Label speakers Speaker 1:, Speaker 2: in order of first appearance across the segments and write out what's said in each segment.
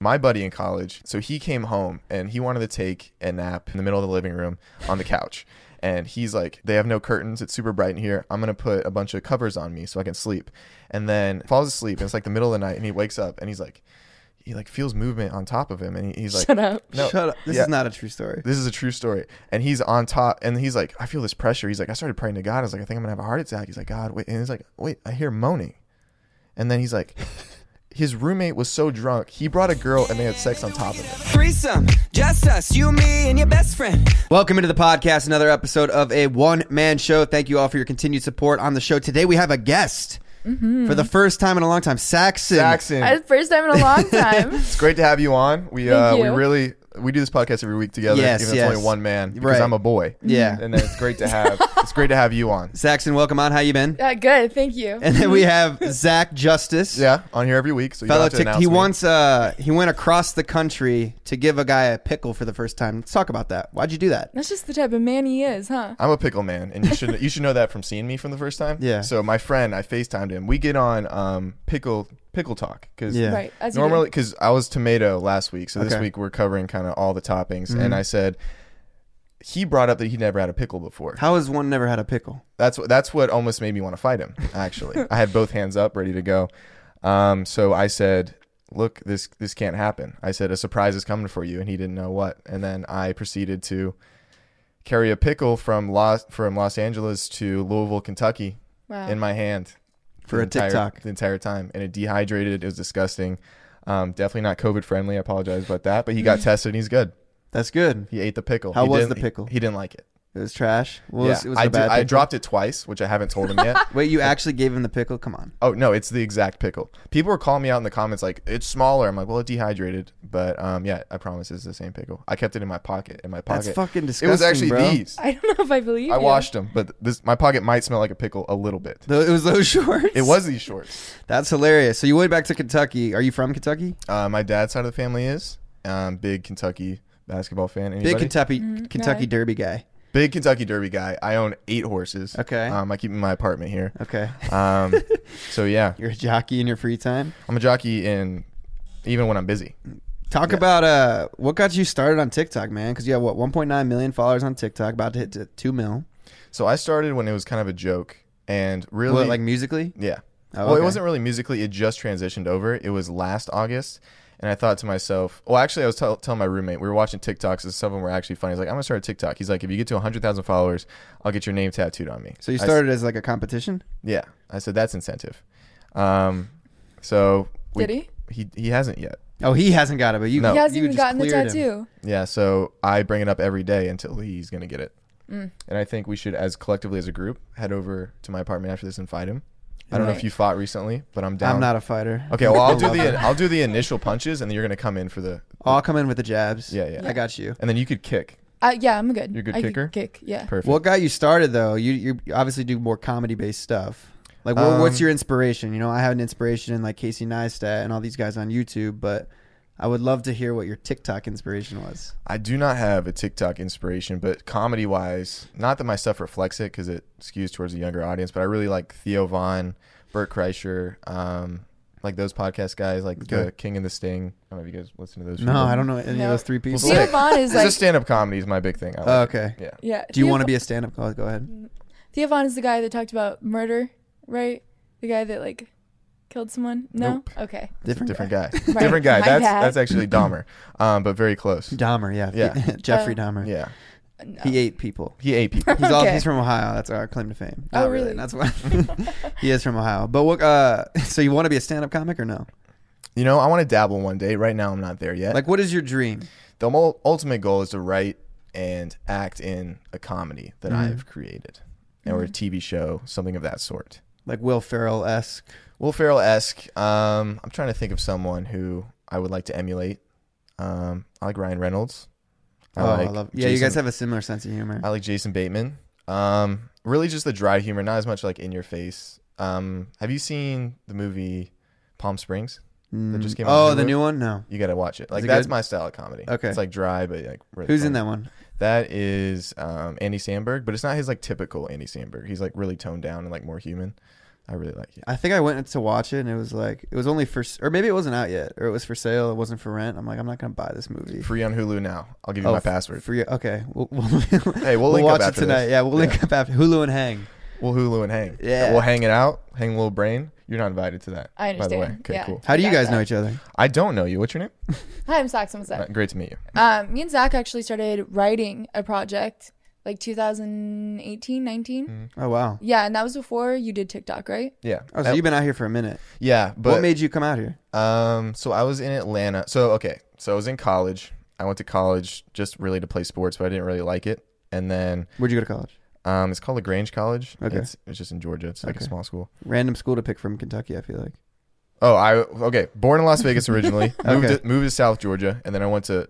Speaker 1: my buddy in college, so he came home and he wanted to take a nap in the middle of the living room on the couch. And he's like, they have no curtains. It's super bright in here. I'm going to put a bunch of covers on me so I can sleep. And then falls asleep. And it's like the middle of the night. And he wakes up and he's like, he like feels movement on top of him. And he, he's like,
Speaker 2: Shut up.
Speaker 1: No,
Speaker 3: Shut up. This
Speaker 1: yeah.
Speaker 3: is not a true story.
Speaker 1: this is a true story. And he's on top, and he's like, I feel this pressure. He's like, I started praying to God. I was like, I think I'm gonna have a heart attack. He's like, God, wait. And he's like, wait, I hear moaning. And then he's like, his roommate was so drunk, he brought a girl and they had sex on top of him.
Speaker 4: Threesome, just us, you, me, and your best friend.
Speaker 3: Welcome into the podcast, another episode of a one man show. Thank you all for your continued support on the show. Today we have a guest for the first time in a long time, Saxon.
Speaker 1: Jackson,
Speaker 2: That's the first time in a long time.
Speaker 1: it's great to have you on. We uh,
Speaker 2: Thank
Speaker 1: we
Speaker 2: you.
Speaker 1: really we do this podcast every week together.
Speaker 3: Yes,
Speaker 1: even if
Speaker 3: yes.
Speaker 1: it's only one man because
Speaker 3: Right.
Speaker 1: I'm a boy.
Speaker 3: Yeah.
Speaker 1: and then it's great to have it's great to have you on.
Speaker 3: Saxon, welcome on. How you been?
Speaker 2: Uh, good, thank you.
Speaker 3: And then we have Zach Justice.
Speaker 1: Yeah, on here every week. So you don't
Speaker 3: Fellow
Speaker 1: have to
Speaker 3: tick
Speaker 1: announce
Speaker 3: he
Speaker 1: me.
Speaker 3: once uh he went across the country to give a guy a pickle for the first time. Let's talk about that. Why'd you do that?
Speaker 2: That's just the type of man he is, huh?
Speaker 1: I'm a pickle man, and you should you should know that from seeing me from the first time.
Speaker 3: Yeah.
Speaker 1: So my friend, I Facetimed him. We get on um pickle pickle talk because
Speaker 3: Yeah.
Speaker 2: Right. As you do.
Speaker 1: normally because I was tomato last week, so this
Speaker 3: Okay. Mm-hmm.
Speaker 1: week we're covering kind of all the toppings, and I said. He brought up that he never had a pickle before.
Speaker 3: How has one never had a pickle?
Speaker 1: That's what that's what almost made me want to fight him. Actually, I had both hands up, ready to go. Um, so I said, "Look, this this can't happen." I said, "A surprise is coming for you," and he didn't know what. And then I proceeded to carry a pickle from Los from Los Angeles to Louisville, Kentucky,
Speaker 2: Wow.
Speaker 1: in my hand
Speaker 3: For
Speaker 1: the
Speaker 3: a
Speaker 1: entire,
Speaker 3: TikTok.
Speaker 1: the entire time, and it dehydrated. It was disgusting. Um, definitely not COVID friendly. I apologize about that, but he got tested and he's good.
Speaker 3: That's good.
Speaker 1: He ate the pickle.
Speaker 3: How
Speaker 1: He
Speaker 3: was
Speaker 1: didn't-
Speaker 3: the pickle?
Speaker 1: He, didn't like it.
Speaker 3: It was trash. Well, it
Speaker 1: yeah,
Speaker 3: was, it was
Speaker 1: I,
Speaker 3: a
Speaker 1: did,
Speaker 3: bad
Speaker 1: I
Speaker 3: pickle.
Speaker 1: dropped it twice, which I haven't told him yet.
Speaker 3: Wait, you actually gave him the pickle? Come on.
Speaker 1: Oh no, it's the exact pickle. People were calling me out in the comments like it's smaller. I'm like, well, it dehydrated, but um, yeah, I promise it's the same pickle. I kept it in my pocket. In my pocket,
Speaker 3: That's fucking
Speaker 1: It was
Speaker 3: disgusting,
Speaker 1: actually
Speaker 3: bro.
Speaker 1: these.
Speaker 2: I don't know if I believe
Speaker 1: I
Speaker 2: you.
Speaker 1: washed them, but this my pocket might smell like a pickle a little bit.
Speaker 3: Though it was those shorts.
Speaker 1: It was these shorts.
Speaker 3: That's hilarious. So you went back to Kentucky. Are you from Kentucky?
Speaker 1: Uh, my dad's side of the family is um, big Kentucky basketball fan. Anybody?
Speaker 3: Big Kentucky
Speaker 2: Mm-hmm.
Speaker 3: Kentucky
Speaker 2: no.
Speaker 3: Derby guy.
Speaker 1: big Kentucky Derby guy. I own eight horses.
Speaker 3: Okay.
Speaker 1: um, I keep 'em in my apartment here.
Speaker 3: Okay.
Speaker 1: Um, so yeah,
Speaker 3: You're a jockey in your free time.
Speaker 1: I'm a jockey, and even when I'm busy,
Speaker 3: Talk about uh what got you started on TikTok, man? Because you have what 1.9 million followers on TikTok, about to hit to two mil.
Speaker 1: so I started when it was kind of a joke. And really,
Speaker 3: What, like musically?
Speaker 1: Yeah.
Speaker 3: Oh,
Speaker 1: well,
Speaker 3: okay.
Speaker 1: it wasn't really musically. It just transitioned over. It was last August. And I thought to myself, well, actually, I was tell telling my roommate, we were watching TikToks, and some of them were actually funny. He's like, I'm going to start a TikTok. He's like, if you get to 100,000 followers, I'll get your name tattooed on me.
Speaker 3: So you
Speaker 1: I s-
Speaker 3: started as like a competition.
Speaker 1: yeah. I said, that's incentive. Um, so. we-
Speaker 2: Did he?
Speaker 1: He, he hasn't yet.
Speaker 3: Oh, he hasn't got it, but you.
Speaker 1: No.
Speaker 2: He hasn't
Speaker 3: you
Speaker 2: even
Speaker 3: just
Speaker 2: gotten the
Speaker 3: cleared him.
Speaker 2: tattoo.
Speaker 1: Yeah, so I bring it up every day until he's going to get it.
Speaker 2: Mm.
Speaker 1: And I think we should, as collectively as a group, head over to my apartment after this and fight him. I don't know if
Speaker 2: Right.
Speaker 1: you fought recently, but I'm down.
Speaker 3: I'm not a fighter.
Speaker 1: Okay, well I'll do
Speaker 3: Love it.
Speaker 1: the I'll do the initial punches, and then you're gonna come in for the,
Speaker 3: I'll come in with the jabs.
Speaker 1: Yeah, yeah.
Speaker 3: I got you.
Speaker 1: and then you could kick.
Speaker 2: Uh, yeah, I'm good.
Speaker 1: You're a good
Speaker 2: I could
Speaker 1: kicker?
Speaker 2: Kick, yeah.
Speaker 1: Perfect.
Speaker 3: What got you started though? You you obviously do more comedy based stuff. Like, what, what's
Speaker 1: Um,
Speaker 3: your inspiration? You know, I have an inspiration in like Casey Neistat and all these guys on YouTube, but I would love to hear what your TikTok inspiration was.
Speaker 1: I do not have a TikTok inspiration, but comedy wise, not that my stuff reflects it because it skews towards a younger audience, but I really like Theo Vaughn, Burt Kreischer, um, like those podcast guys, like the
Speaker 3: Okay.
Speaker 1: King and the Sting. I don't know if you guys listen to those.
Speaker 3: No, I don't know any
Speaker 2: No.
Speaker 3: of those three people.
Speaker 1: Well,
Speaker 2: Theo
Speaker 1: sick.
Speaker 2: Vaughn is
Speaker 1: It's
Speaker 2: like.
Speaker 1: just stand up comedy is my big thing. I like
Speaker 3: Oh,
Speaker 1: it.
Speaker 3: okay.
Speaker 1: Yeah.
Speaker 2: yeah.
Speaker 3: Do you want to be a stand up? Go, go ahead.
Speaker 2: Theo Vaughn is the guy that talked about murder, right? The guy that, like, killed someone? No?
Speaker 1: Nope.
Speaker 2: Okay.
Speaker 3: Different,
Speaker 1: Different guy.
Speaker 2: Right.
Speaker 1: Different guy.
Speaker 2: My
Speaker 1: That's
Speaker 2: bad.
Speaker 1: that's actually Dahmer, um, but very close.
Speaker 3: Dahmer, yeah.
Speaker 1: Yeah.
Speaker 3: Jeffrey
Speaker 2: Oh.
Speaker 3: Dahmer.
Speaker 1: Yeah.
Speaker 2: No.
Speaker 3: He ate people.
Speaker 1: He ate people.
Speaker 3: He's all,
Speaker 2: Okay.
Speaker 3: he's from Ohio. That's our claim to fame.
Speaker 2: Oh,
Speaker 3: Not really.
Speaker 2: really?
Speaker 3: That's why he is from Ohio. But what? Uh, so you want to be a stand-up comic or no?
Speaker 1: You know, I want to dabble one day. Right now, I'm not there yet.
Speaker 3: Like, what is your dream?
Speaker 1: the mul- ultimate goal is to write and act in a comedy that
Speaker 3: Mm-hmm.
Speaker 1: I've created, or a TV show, something of that sort.
Speaker 3: Like Will Ferrell esque.
Speaker 1: Will Ferrell esque. Um, I'm trying to think of someone who I would like to emulate. Um, I like Ryan Reynolds.
Speaker 3: Oh, I love. Yeah, you
Speaker 1: Jason- Uh,
Speaker 3: guys have a similar sense of humor.
Speaker 1: I like Jason Bateman. Um, really just the dry humor, not as much like in your face. Um, have you seen the movie Palm Springs? That just came out
Speaker 3: oh,
Speaker 1: on
Speaker 3: the
Speaker 1: Hulu?
Speaker 3: new one? No.
Speaker 1: You gotta watch it. Like
Speaker 3: it
Speaker 1: that's
Speaker 3: good?
Speaker 1: my style of comedy.
Speaker 3: Okay.
Speaker 1: it's like dry, but like really
Speaker 3: Who's
Speaker 1: funny.
Speaker 3: in that one?
Speaker 1: That is um, Andy Sandberg, but it's not his like typical Andy Sandberg. He's like really toned down and like more human. I really like it.
Speaker 3: I think I went to watch it and it was like it was only for s- or maybe it wasn't out yet or it was for sale. It wasn't for rent. I'm like I'm not gonna buy this movie.
Speaker 1: Free on Hulu now. I'll give you
Speaker 3: Oh,
Speaker 1: my
Speaker 3: f-
Speaker 1: password.
Speaker 3: For you, okay. We'll, we'll,
Speaker 1: Hey, we'll link up
Speaker 3: watch
Speaker 1: after
Speaker 3: it tonight.
Speaker 1: this.
Speaker 3: Yeah, we'll link
Speaker 1: Yeah.
Speaker 3: up after Hulu and Hang.
Speaker 1: We'll Hulu and hang.
Speaker 3: Yeah.
Speaker 1: We'll hang it out. Hang a little brain. You're not invited to that.
Speaker 2: I
Speaker 1: By the way.
Speaker 2: understand.
Speaker 1: Okay.
Speaker 2: Yeah.
Speaker 1: Cool.
Speaker 3: How do you
Speaker 2: Got
Speaker 3: guys
Speaker 2: that.
Speaker 3: know each other?
Speaker 1: I don't know you. What's your name?
Speaker 2: Hi, I'm Sax. I'm Zach.
Speaker 1: Uh, great to meet you.
Speaker 2: Um, me and Zach actually started writing a project like 2018, 19.
Speaker 1: Mm.
Speaker 3: Oh wow.
Speaker 2: Yeah, and that was before you did TikTok, right?
Speaker 1: Yeah.
Speaker 3: Oh, so
Speaker 1: Uh,
Speaker 3: you've been out here for a minute.
Speaker 1: yeah. But
Speaker 3: what made you come out here?
Speaker 1: Um, so I was in Atlanta. So okay, so I was in college. I went to college just really to play sports, but I didn't really like it. And then
Speaker 3: Where'd you go to college?
Speaker 1: um, it's called Lagrange College.
Speaker 3: Okay.
Speaker 1: it's, it's just in Georgia. It's like
Speaker 3: Okay.
Speaker 1: a small school.
Speaker 3: Random school to pick from Kentucky. I feel like.
Speaker 1: Oh, I okay. Born in Las Vegas originally.
Speaker 3: Okay.
Speaker 1: moved, to, moved to South Georgia, and then I went to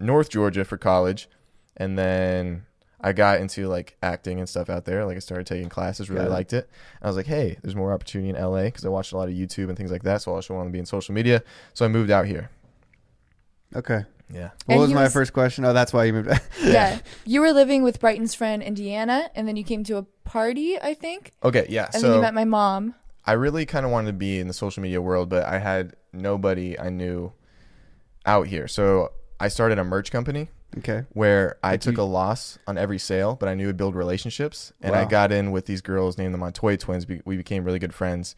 Speaker 1: North Georgia for college, and then I got into like acting and stuff out there. Like I started taking classes, really
Speaker 3: Got it.
Speaker 1: liked it. I was like, hey, there's more opportunity in LA because I watched a lot of YouTube and things like that. So I also wanted to be in social media. So I moved out here.
Speaker 3: Okay.
Speaker 1: Yeah.
Speaker 3: What
Speaker 2: And
Speaker 3: was
Speaker 2: he
Speaker 3: my
Speaker 2: was-
Speaker 3: first question? Oh, that's why you moved.
Speaker 2: Yeah. You were living with Brighton's friend, Indiana, and then you came to a party, I think.
Speaker 1: Okay, yeah.
Speaker 2: And
Speaker 1: so
Speaker 2: then you met my mom.
Speaker 1: I really kind of wanted to be in the social media world, but I had nobody I knew out here. So I started a merch company
Speaker 3: okay.
Speaker 1: where I took a loss on every sale, but I knew it would build relationships. And I
Speaker 3: Wow.
Speaker 1: got in with these girls named the Montoya twins. Be- We became really good friends.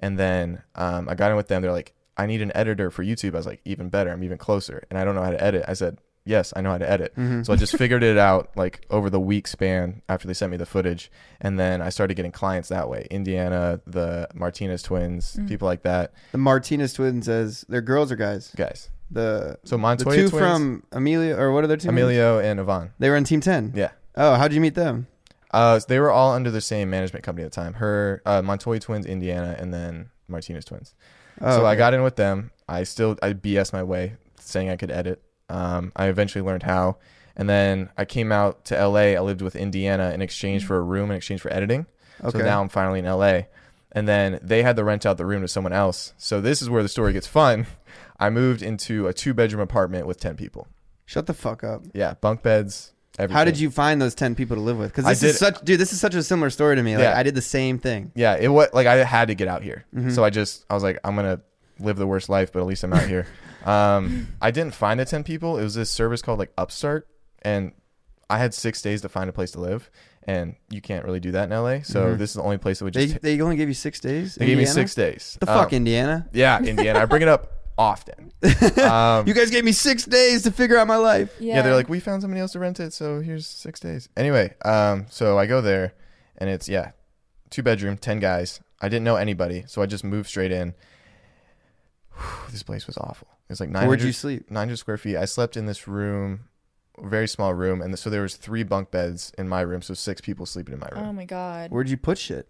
Speaker 1: And then um, I got in with them. They're like, I need an editor for YouTube. I was like, even better. I'm even closer. And I don't know how to edit. I said, yes, I know how to edit. So I just figured it out like over the week span after they sent me the footage. And then I started getting clients that way Indiana, the Martinez twins, people like that.
Speaker 3: The Martinez twins as they're girls or guys.
Speaker 1: Guys.
Speaker 3: The
Speaker 1: So
Speaker 3: the
Speaker 1: Montoya
Speaker 3: two
Speaker 1: twins,
Speaker 3: from Amelia or what are their two? names?
Speaker 1: Emilio and Yvonne.
Speaker 3: They were on Team Ten.
Speaker 1: Yeah.
Speaker 3: Oh, how'd you meet them?
Speaker 1: Uh, so they were all under the same management company at the time. Her uh, Montoya twins, Indiana, and then Martinez twins.
Speaker 3: Oh,
Speaker 1: so I
Speaker 3: okay.
Speaker 1: got in with them. I still I BS my way saying I could edit. Um, I eventually learned how, and then I came out to LA. I lived with Indiana in exchange for a room in exchange for editing.
Speaker 3: Okay.
Speaker 1: So now I'm finally in LA. And then they had to rent out the room to someone else. So this is where the story gets fun. I moved into a two bedroom apartment with ten people.
Speaker 3: Shut the fuck up.
Speaker 1: Yeah, bunk beds. Everything.
Speaker 3: How did you find those ten people to live with? Because
Speaker 1: I
Speaker 3: this is
Speaker 1: did-
Speaker 3: such, dude. This is such a similar story to me. Like
Speaker 1: Yeah.
Speaker 3: I did the same thing.
Speaker 1: yeah, it was like I had to get out here.
Speaker 3: Mm-hmm.
Speaker 1: So I just I was like, I'm gonna live the worst life, but at least I'm out here. um, I didn't find the ten people. It was this service called like Upstart, and I had six days to find a place to live, and you can't really do that in LA. So this is the only place that would
Speaker 3: Mm-hmm. They,
Speaker 1: just. They,
Speaker 3: they only gave you six days.
Speaker 1: gave me
Speaker 3: Indiana?
Speaker 1: six days.
Speaker 3: The
Speaker 1: Um,
Speaker 3: fuck, Indiana?
Speaker 1: Yeah, Indiana. I bring it up often. Um,
Speaker 3: You guys gave me six days to figure out my life.
Speaker 2: Yeah.
Speaker 1: yeah. they're like, we found somebody else to rent it, so here's six days. Anyway, um, so I go there, and it's yeah, two bedroom, ten guys. I didn't know anybody, so I just moved straight in. Whew, this place was awful. It was like nine
Speaker 3: Where'd you
Speaker 1: hundred
Speaker 3: sleep?
Speaker 1: 900 square feet. I slept in this room, a very small room, and so there was three bunk beds in my room, so six people sleeping in my
Speaker 2: oh
Speaker 1: room,
Speaker 2: my God.
Speaker 3: Where'd you put shit?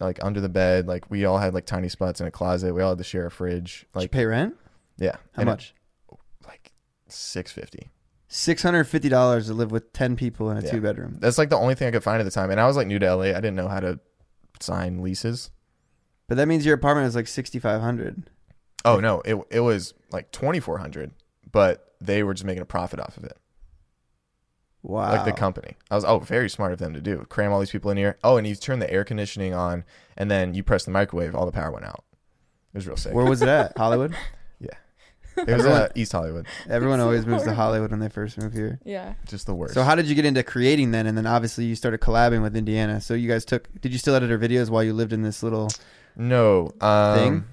Speaker 1: like under the bed. Like we all had like tiny spots in a closet. We all had to share a fridge.
Speaker 3: Did you
Speaker 1: Like
Speaker 3: pay rent?
Speaker 1: yeah,
Speaker 3: How
Speaker 1: And it-
Speaker 3: much?
Speaker 1: like six fifty.
Speaker 3: Six hundred fifty dollars to live with ten people in a
Speaker 1: Yeah.
Speaker 3: two bedroom.
Speaker 1: That's like the only thing I could find at the time. And I was like new to LA. I didn't know how to sign leases.
Speaker 3: But that means your apartment was like sixty five hundred.
Speaker 1: Oh no, it it was like twenty four hundred, but they were just making a profit off of it.
Speaker 3: Wow.
Speaker 1: Like the company. I was oh very smart of them to do. Cram all these people in here. Oh, and you turn the air conditioning on and then you press the microwave, all the power went out. It was real sick.
Speaker 3: Where was it at? Hollywood.
Speaker 1: it was
Speaker 3: everyone-
Speaker 1: uh, East Hollywood.
Speaker 3: Everyone
Speaker 2: So
Speaker 3: always moves to
Speaker 2: horrible.
Speaker 3: Hollywood when they first move here.
Speaker 2: yeah.
Speaker 1: Just the worst.
Speaker 3: So how did you get into creating then? And then obviously you started collabing with Indiana. So you guys took. Did you still edit her videos while you lived in this little?
Speaker 1: no. Um
Speaker 3: Thing?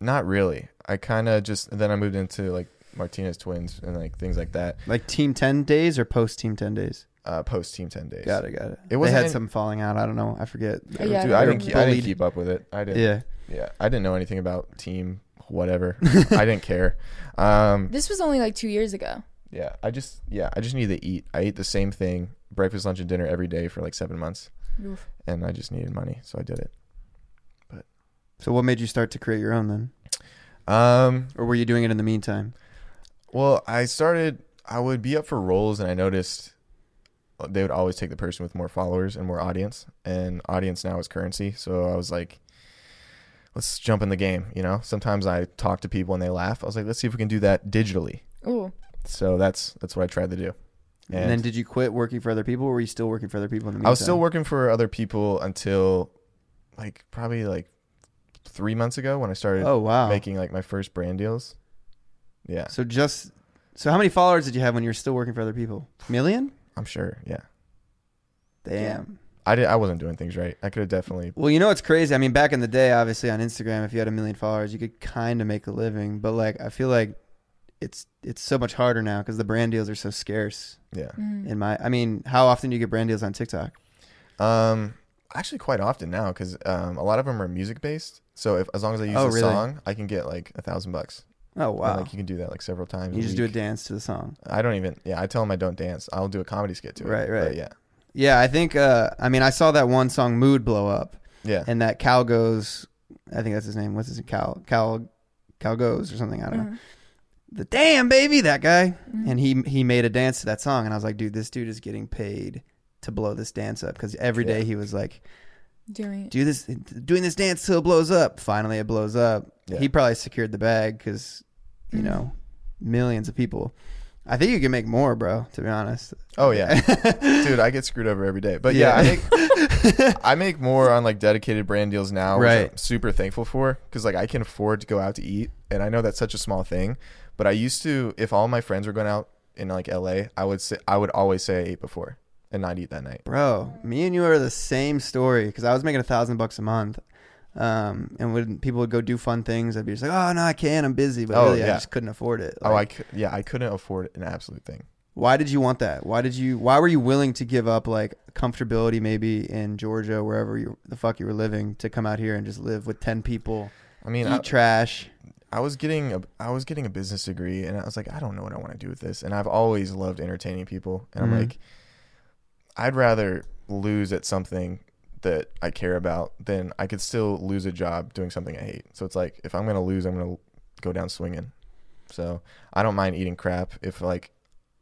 Speaker 1: not really. I kinda just then I moved into like Martinez twins and like things like that.
Speaker 3: Like team 10 days or post team 10 days?
Speaker 1: Uh post team ten days.
Speaker 3: Got it, got it.
Speaker 1: It
Speaker 3: they
Speaker 1: wasn't
Speaker 3: had
Speaker 1: any-
Speaker 3: some falling out. I don't know. I forget.
Speaker 2: Uh, yeah,
Speaker 1: Dude, I
Speaker 2: they
Speaker 1: didn't,
Speaker 2: were
Speaker 1: keep, I didn't
Speaker 3: bullied.
Speaker 1: keep up with it. I didn't.
Speaker 3: Yeah.
Speaker 1: Yeah, I didn't know anything about team whatever. I didn't care. Um,
Speaker 2: This was only like two years ago.
Speaker 1: yeah, I just yeah, I just needed to eat. I ate the same thing, breakfast, lunch, and dinner every day for like seven months,
Speaker 2: Oof.
Speaker 1: and I just needed money, so I did it.
Speaker 3: So what made you start to create your own then?
Speaker 1: Um,
Speaker 3: Or were you doing it in the meantime?
Speaker 1: well, I started. I would be up for roles, and I noticed they would always take the person with more followers and more audience, and audience now is currency. So I was like. Let's jump in the game, you know. Sometimes I talk to people and they laugh. I was like, "Let's see if we can do that digitally."
Speaker 2: Ooh.
Speaker 1: So that's that's what I tried to do.
Speaker 3: And, then did you quit working for other people or were you still working for other people in the meantime?
Speaker 1: I was still working for other people until like probably like three months ago when I started
Speaker 3: Oh wow.
Speaker 1: making like my first brand deals. Yeah,
Speaker 3: so just so how many followers did you have when you were still working for other people? Million?
Speaker 1: I'm sure. Yeah,
Speaker 3: Damn.
Speaker 1: I did. I wasn't doing things right. I could have definitely.
Speaker 3: Well, you know it's crazy. I mean, back in the day, obviously on Instagram, if you had a million followers, you could kind of make a living. But like, I feel like it's it's so much harder now because the brand deals are so scarce.
Speaker 1: Yeah.
Speaker 2: Mm.
Speaker 3: In my, I mean, how often do you get brand deals on TikTok?
Speaker 1: Um, actually, quite often now because um, a lot of them are music based. So if as long as I use
Speaker 3: Oh,
Speaker 1: a
Speaker 3: really?
Speaker 1: song, I can get like a thousand bucks.
Speaker 3: Oh
Speaker 1: And,
Speaker 3: wow!
Speaker 1: like you can do that like several times.
Speaker 3: you
Speaker 1: a
Speaker 3: just do a
Speaker 1: week.
Speaker 3: dance to the song.
Speaker 1: I don't even. Yeah, I tell them I don't dance. I'll do a comedy skit to it.
Speaker 3: Right, right.
Speaker 1: But yeah,
Speaker 3: Yeah, I think. Uh, I mean, I saw that one song "Mood" blow up,
Speaker 1: yeah.
Speaker 3: and that Cal goes. I think that's his name. What's his name? Cal Cal Cal goes or something. I don't know.
Speaker 2: Mhm.
Speaker 3: the damn baby that guy
Speaker 2: Mhm.
Speaker 3: and he he made a dance to that song and i was like dude this dude is getting paid to blow this dance up because every day
Speaker 1: Yeah.
Speaker 3: he was like
Speaker 2: Doing it.
Speaker 3: do this doing this dance till it blows up finally it blows up
Speaker 1: Yeah.
Speaker 3: he probably secured the bag because you
Speaker 2: Mhm.
Speaker 3: know millions of people i think you can make more bro to be honest
Speaker 1: oh yeah, dude. I get screwed over every day. But yeah, I make I make more on like dedicated brand deals now,
Speaker 3: Right.
Speaker 1: which I'm super thankful for because like I can afford to go out to eat, and I know that's such a small thing, but I used to if all my friends were going out in like LA, I would say I would always say I ate before and not eat that night.
Speaker 3: Bro, me and you are the same story because I was making a thousand bucks a month. Um, and when people would go do fun things, I'd be just like, oh, no, I can't. I'm busy. But
Speaker 1: Oh,
Speaker 3: really, I
Speaker 1: yeah.
Speaker 3: just couldn't afford it.
Speaker 1: oh, I
Speaker 3: Like,
Speaker 1: could, yeah, I couldn't afford an absolute thing.
Speaker 3: why did you want that? Why did you, why were you willing to give up like comfortability maybe in Georgia, wherever you, the fuck you were living, to come out here and just live with 10 people,
Speaker 1: I mean,
Speaker 3: eat
Speaker 1: I,
Speaker 3: trash?
Speaker 1: I was getting a I was getting a business degree, and I was like, I don't know what I want to do with this, and I've always loved entertaining people, and
Speaker 3: Mhm.
Speaker 1: I'm like, I'd rather lose at something that I care about than I could still lose a job doing something I hate. So it's like if I'm gonna lose, I'm gonna go down swinging. So I don't mind eating crap if like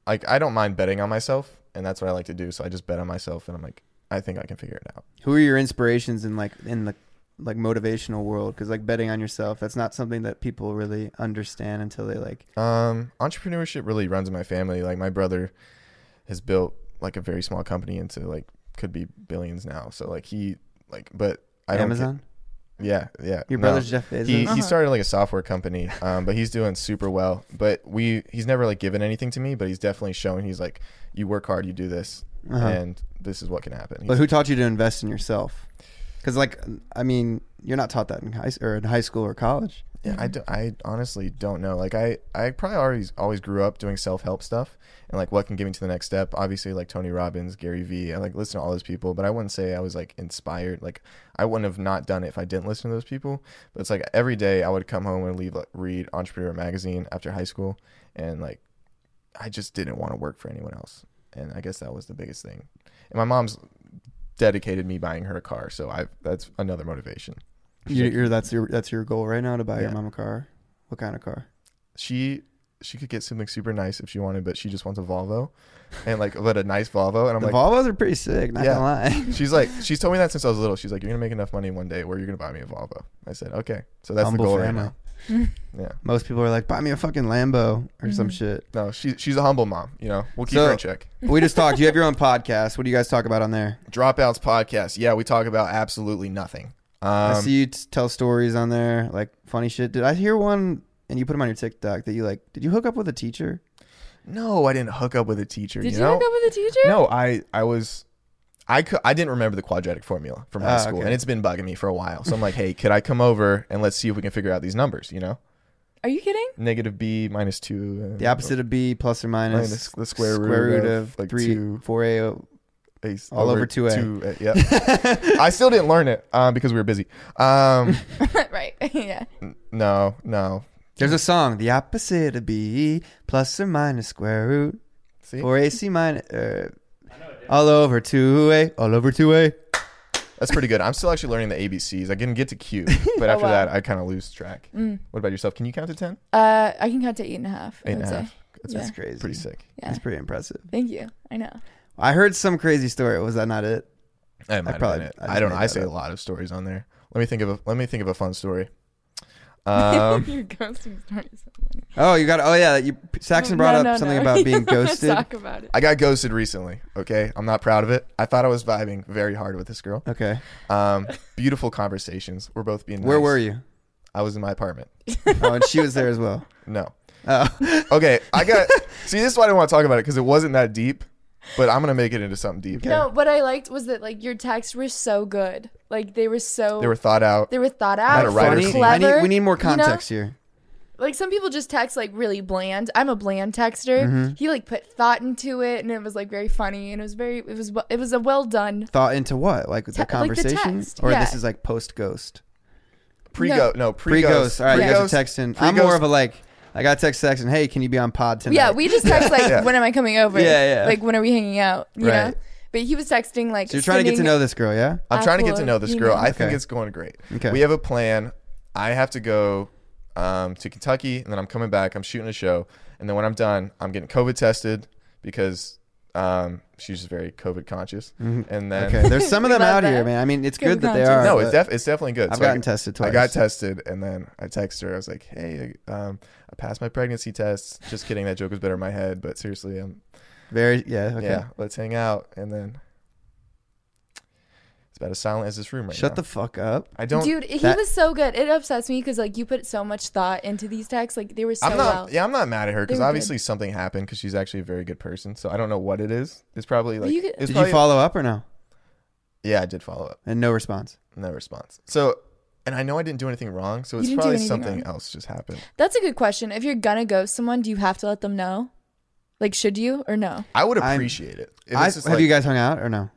Speaker 1: like I don't mind betting on myself, and that's what I like to do. So I just bet on myself, and I'm like, I think I can figure it out.
Speaker 3: Who are your inspirations in like, in the, like motivational world? Cause like betting on yourself, that's not something that people really understand until they like
Speaker 1: Um, entrepreneurship really runs in my family. Like my brother has built like a very small company into like could be billions now. So like he like but I don't
Speaker 3: Amazon.
Speaker 1: get- yeah, yeah.
Speaker 3: Your
Speaker 1: no.
Speaker 3: brother's Jeff Bezos.
Speaker 1: he,
Speaker 2: Uh-huh.
Speaker 1: he started like a software company, um, but he's doing super well. But we he's never like given anything to me, but he's definitely showing he's like, you work hard, you do this,
Speaker 3: Uh-huh.
Speaker 1: and this is what can happen.
Speaker 3: But
Speaker 1: He's-
Speaker 3: who taught you to invest in yourself? Because like, I mean, you're not taught that in high or in high school or college.
Speaker 1: Yeah, I, do, I honestly don't know. Like I, I probably always always grew up doing self help stuff and like what can get me to the next step. Obviously, like Tony Robbins, Gary Vee, I like listen to all those people, but I wouldn't say I was like inspired. Like I wouldn't have not done it if I didn't listen to those people. But it's like every day I would come home and leave like, read Entrepreneur magazine after high school, and like I just didn't want to work for anyone else. And I guess that was the biggest thing. And my mom's dedicated me buying her a car, so I that's another motivation.
Speaker 3: You, you're that's your that's your goal right now to buy your
Speaker 1: Yeah.
Speaker 3: mom a car. What kind of car?
Speaker 1: she she could get something super nice if she wanted, but she just wants a Volvo, and like but a nice Volvo. And I'm
Speaker 3: the
Speaker 1: like,
Speaker 3: Volvos are pretty sick. Not
Speaker 1: Yeah.
Speaker 3: gonna lie.
Speaker 1: she's like, she's told me that since I was little. She's like, you're gonna make enough money one day where you're gonna buy me a Volvo. I said, okay, so that's
Speaker 3: Humble
Speaker 1: the goal
Speaker 3: family.
Speaker 1: right now. Yeah,
Speaker 3: Most people are like, buy me a fucking Lambo or some
Speaker 2: Mhm.
Speaker 3: shit.
Speaker 1: no, she she's a humble mom. You know, we'll keep
Speaker 3: So-
Speaker 1: her in check.
Speaker 3: We just talked. You have your own podcast. What do you guys talk about on there?
Speaker 1: Dropouts podcast. Yeah, we talk about absolutely nothing.
Speaker 3: I
Speaker 1: Um,
Speaker 3: see you t- tell stories on there, like funny shit. Did I hear one? And you put them on your TikTok that you like. Did you hook up with a teacher?
Speaker 1: no, I didn't hook up with a teacher.
Speaker 2: Did
Speaker 1: you
Speaker 2: you,
Speaker 1: know,
Speaker 2: hook up with a teacher?
Speaker 1: no, I I was. I, could, I didn't remember the quadratic formula from high
Speaker 3: Ah,
Speaker 1: school,
Speaker 3: okay.
Speaker 1: and it's been bugging me for a while. So I'm like, hey, could I come over and let's see if we can figure out these numbers, you know?
Speaker 2: Are you kidding?
Speaker 1: negative b minus two. uh,
Speaker 3: The opposite of B plus or
Speaker 1: minus
Speaker 3: minus
Speaker 1: the square root, of, like
Speaker 3: three
Speaker 1: two
Speaker 3: four a oh.
Speaker 1: ace
Speaker 3: all over 2A.
Speaker 1: uh, yeah, I still didn't learn it um, because we were busy. Um,
Speaker 2: right. yeah.
Speaker 1: n- no, no.
Speaker 3: There's a song, the opposite of B, plus or minus square root,
Speaker 1: See,
Speaker 3: or AC minus, uh, all over 2A, all over 2A.
Speaker 1: that's pretty good. I'm still actually learning the ABCs. I didn't get to Q, but
Speaker 2: Oh,
Speaker 1: after
Speaker 2: wow.
Speaker 1: that, I kind of lose track.
Speaker 2: Mm.
Speaker 1: What about yourself? Can you count to ten?
Speaker 2: Uh, I can count to eight and a half. I
Speaker 1: Eight and
Speaker 2: would
Speaker 1: a
Speaker 2: say.
Speaker 1: half. That's
Speaker 2: Yeah.
Speaker 3: That's crazy.
Speaker 1: pretty sick.
Speaker 2: Yeah.
Speaker 3: That's pretty impressive.
Speaker 2: Thank you. I know.
Speaker 3: I heard some crazy story. Was that not it?
Speaker 1: I might have
Speaker 3: probably-
Speaker 1: been it.
Speaker 3: I
Speaker 1: I,
Speaker 3: just
Speaker 1: don't.
Speaker 3: made
Speaker 1: know. I
Speaker 3: that
Speaker 1: say
Speaker 3: up.
Speaker 1: a lot of stories on there. Let me think of a. Let me think of a fun story. Um,
Speaker 2: Your ghosting story is so funny.
Speaker 3: Oh, you got. Oh yeah, you, Saxon brought
Speaker 2: No,
Speaker 3: up
Speaker 2: no,
Speaker 3: something
Speaker 2: no.
Speaker 3: about
Speaker 2: You
Speaker 3: being
Speaker 2: don't wanna
Speaker 3: ghosted.
Speaker 2: Talk about it.
Speaker 1: I got ghosted recently. Okay, I'm not proud of it. I thought I was vibing very hard with this girl.
Speaker 3: Okay,
Speaker 1: Um, beautiful conversations. We're both being.
Speaker 3: where
Speaker 1: nice.
Speaker 3: were you?
Speaker 1: I was in my apartment.
Speaker 3: Oh, and she was there as well.
Speaker 1: No.
Speaker 3: Oh,
Speaker 1: Okay, I got. see, this is why I didn't want to talk about it because it wasn't that deep. But I'm gonna make it into something deep.
Speaker 2: No, what I liked was that like your texts were so good. Like they were so
Speaker 1: They were thought out.
Speaker 2: they were thought out,
Speaker 1: a writer's
Speaker 2: funny,
Speaker 1: team.
Speaker 3: I
Speaker 2: clever.
Speaker 3: need, we need more
Speaker 2: you know?
Speaker 3: context here.
Speaker 2: Like some people just text like really bland. I'm a bland texter.
Speaker 3: Mm-hmm.
Speaker 2: He like put thought into it, and it was like very funny, and it was very it was it was a well done.
Speaker 3: Thought into what? Like the
Speaker 2: Te- like the
Speaker 3: conversation,
Speaker 2: text,
Speaker 3: or
Speaker 2: yeah.
Speaker 3: this is like post ghost,
Speaker 1: Pre go no
Speaker 3: pre
Speaker 1: pre
Speaker 3: ghost.
Speaker 1: ghost.
Speaker 3: All right, you guys
Speaker 1: Pre-ghost-
Speaker 3: are texting. I'm
Speaker 1: pre-ghost-
Speaker 3: more of a like. I got text Saxon. Hey, can you be on pod tonight?
Speaker 2: Yeah, we just text like
Speaker 1: Yeah.
Speaker 2: when am I coming over?
Speaker 3: Yeah, yeah.
Speaker 2: Like when are we hanging out? You know.
Speaker 3: Right.
Speaker 2: But he was texting like.
Speaker 3: So you're trying to get to
Speaker 2: sending-
Speaker 3: know this girl, yeah?
Speaker 1: I'm trying to get to
Speaker 2: Apple,
Speaker 1: know this
Speaker 2: you
Speaker 1: girl.
Speaker 2: know.
Speaker 1: I think
Speaker 3: Okay.
Speaker 1: it's going great.
Speaker 3: Okay.
Speaker 1: We have a plan. I have to go um, to Kentucky, and then I'm coming back. I'm shooting a show, and then when I'm done, I'm getting COVID tested because um, she's just very COVID conscious. And then
Speaker 3: Mm-hmm. Okay, there's some of
Speaker 2: We
Speaker 3: them
Speaker 2: love
Speaker 3: out here,
Speaker 2: that.
Speaker 3: man. I mean, it's
Speaker 2: Good
Speaker 3: good that they
Speaker 2: content.
Speaker 3: are.
Speaker 1: no, it's
Speaker 3: but
Speaker 1: def- it's definitely good.
Speaker 3: I've
Speaker 1: So I
Speaker 3: gotten
Speaker 1: g-
Speaker 3: tested twice.
Speaker 1: I got tested, and then I texted her. I was like, "Hey, um, I passed my pregnancy test. Just kidding. That joke was better in my head, but seriously, um,
Speaker 3: Very, yeah. Okay.
Speaker 1: yeah, let's hang out." And then it's about as silent as this room right
Speaker 3: Shut
Speaker 1: now.
Speaker 3: the fuck up.
Speaker 1: I don't.
Speaker 2: Dude, he
Speaker 3: that-
Speaker 2: was so good. It upsets me because like you put so much thought into these texts. Like they were so
Speaker 1: I'm not.
Speaker 2: well.
Speaker 1: Yeah, I'm not mad at her because
Speaker 2: They were
Speaker 1: obviously something happened because she's actually a very good person. So I don't know what it is. It's probably like.
Speaker 2: you could-
Speaker 1: it's
Speaker 3: Did
Speaker 1: probably-
Speaker 3: you follow up or no?
Speaker 1: Yeah, I did follow up.
Speaker 3: And no response.
Speaker 1: No response. So, and I know I didn't do anything wrong. So it's
Speaker 2: didn't do
Speaker 1: probably
Speaker 2: anything
Speaker 1: something
Speaker 2: wrong.
Speaker 1: else just happened.
Speaker 2: That's a good question. If you're gonna ghost someone, do you have to let them know? Like, should you or no?
Speaker 1: I would
Speaker 3: I'm-
Speaker 1: appreciate it. If
Speaker 3: I,
Speaker 1: it's
Speaker 3: have
Speaker 1: just like
Speaker 3: you guys hung out or no?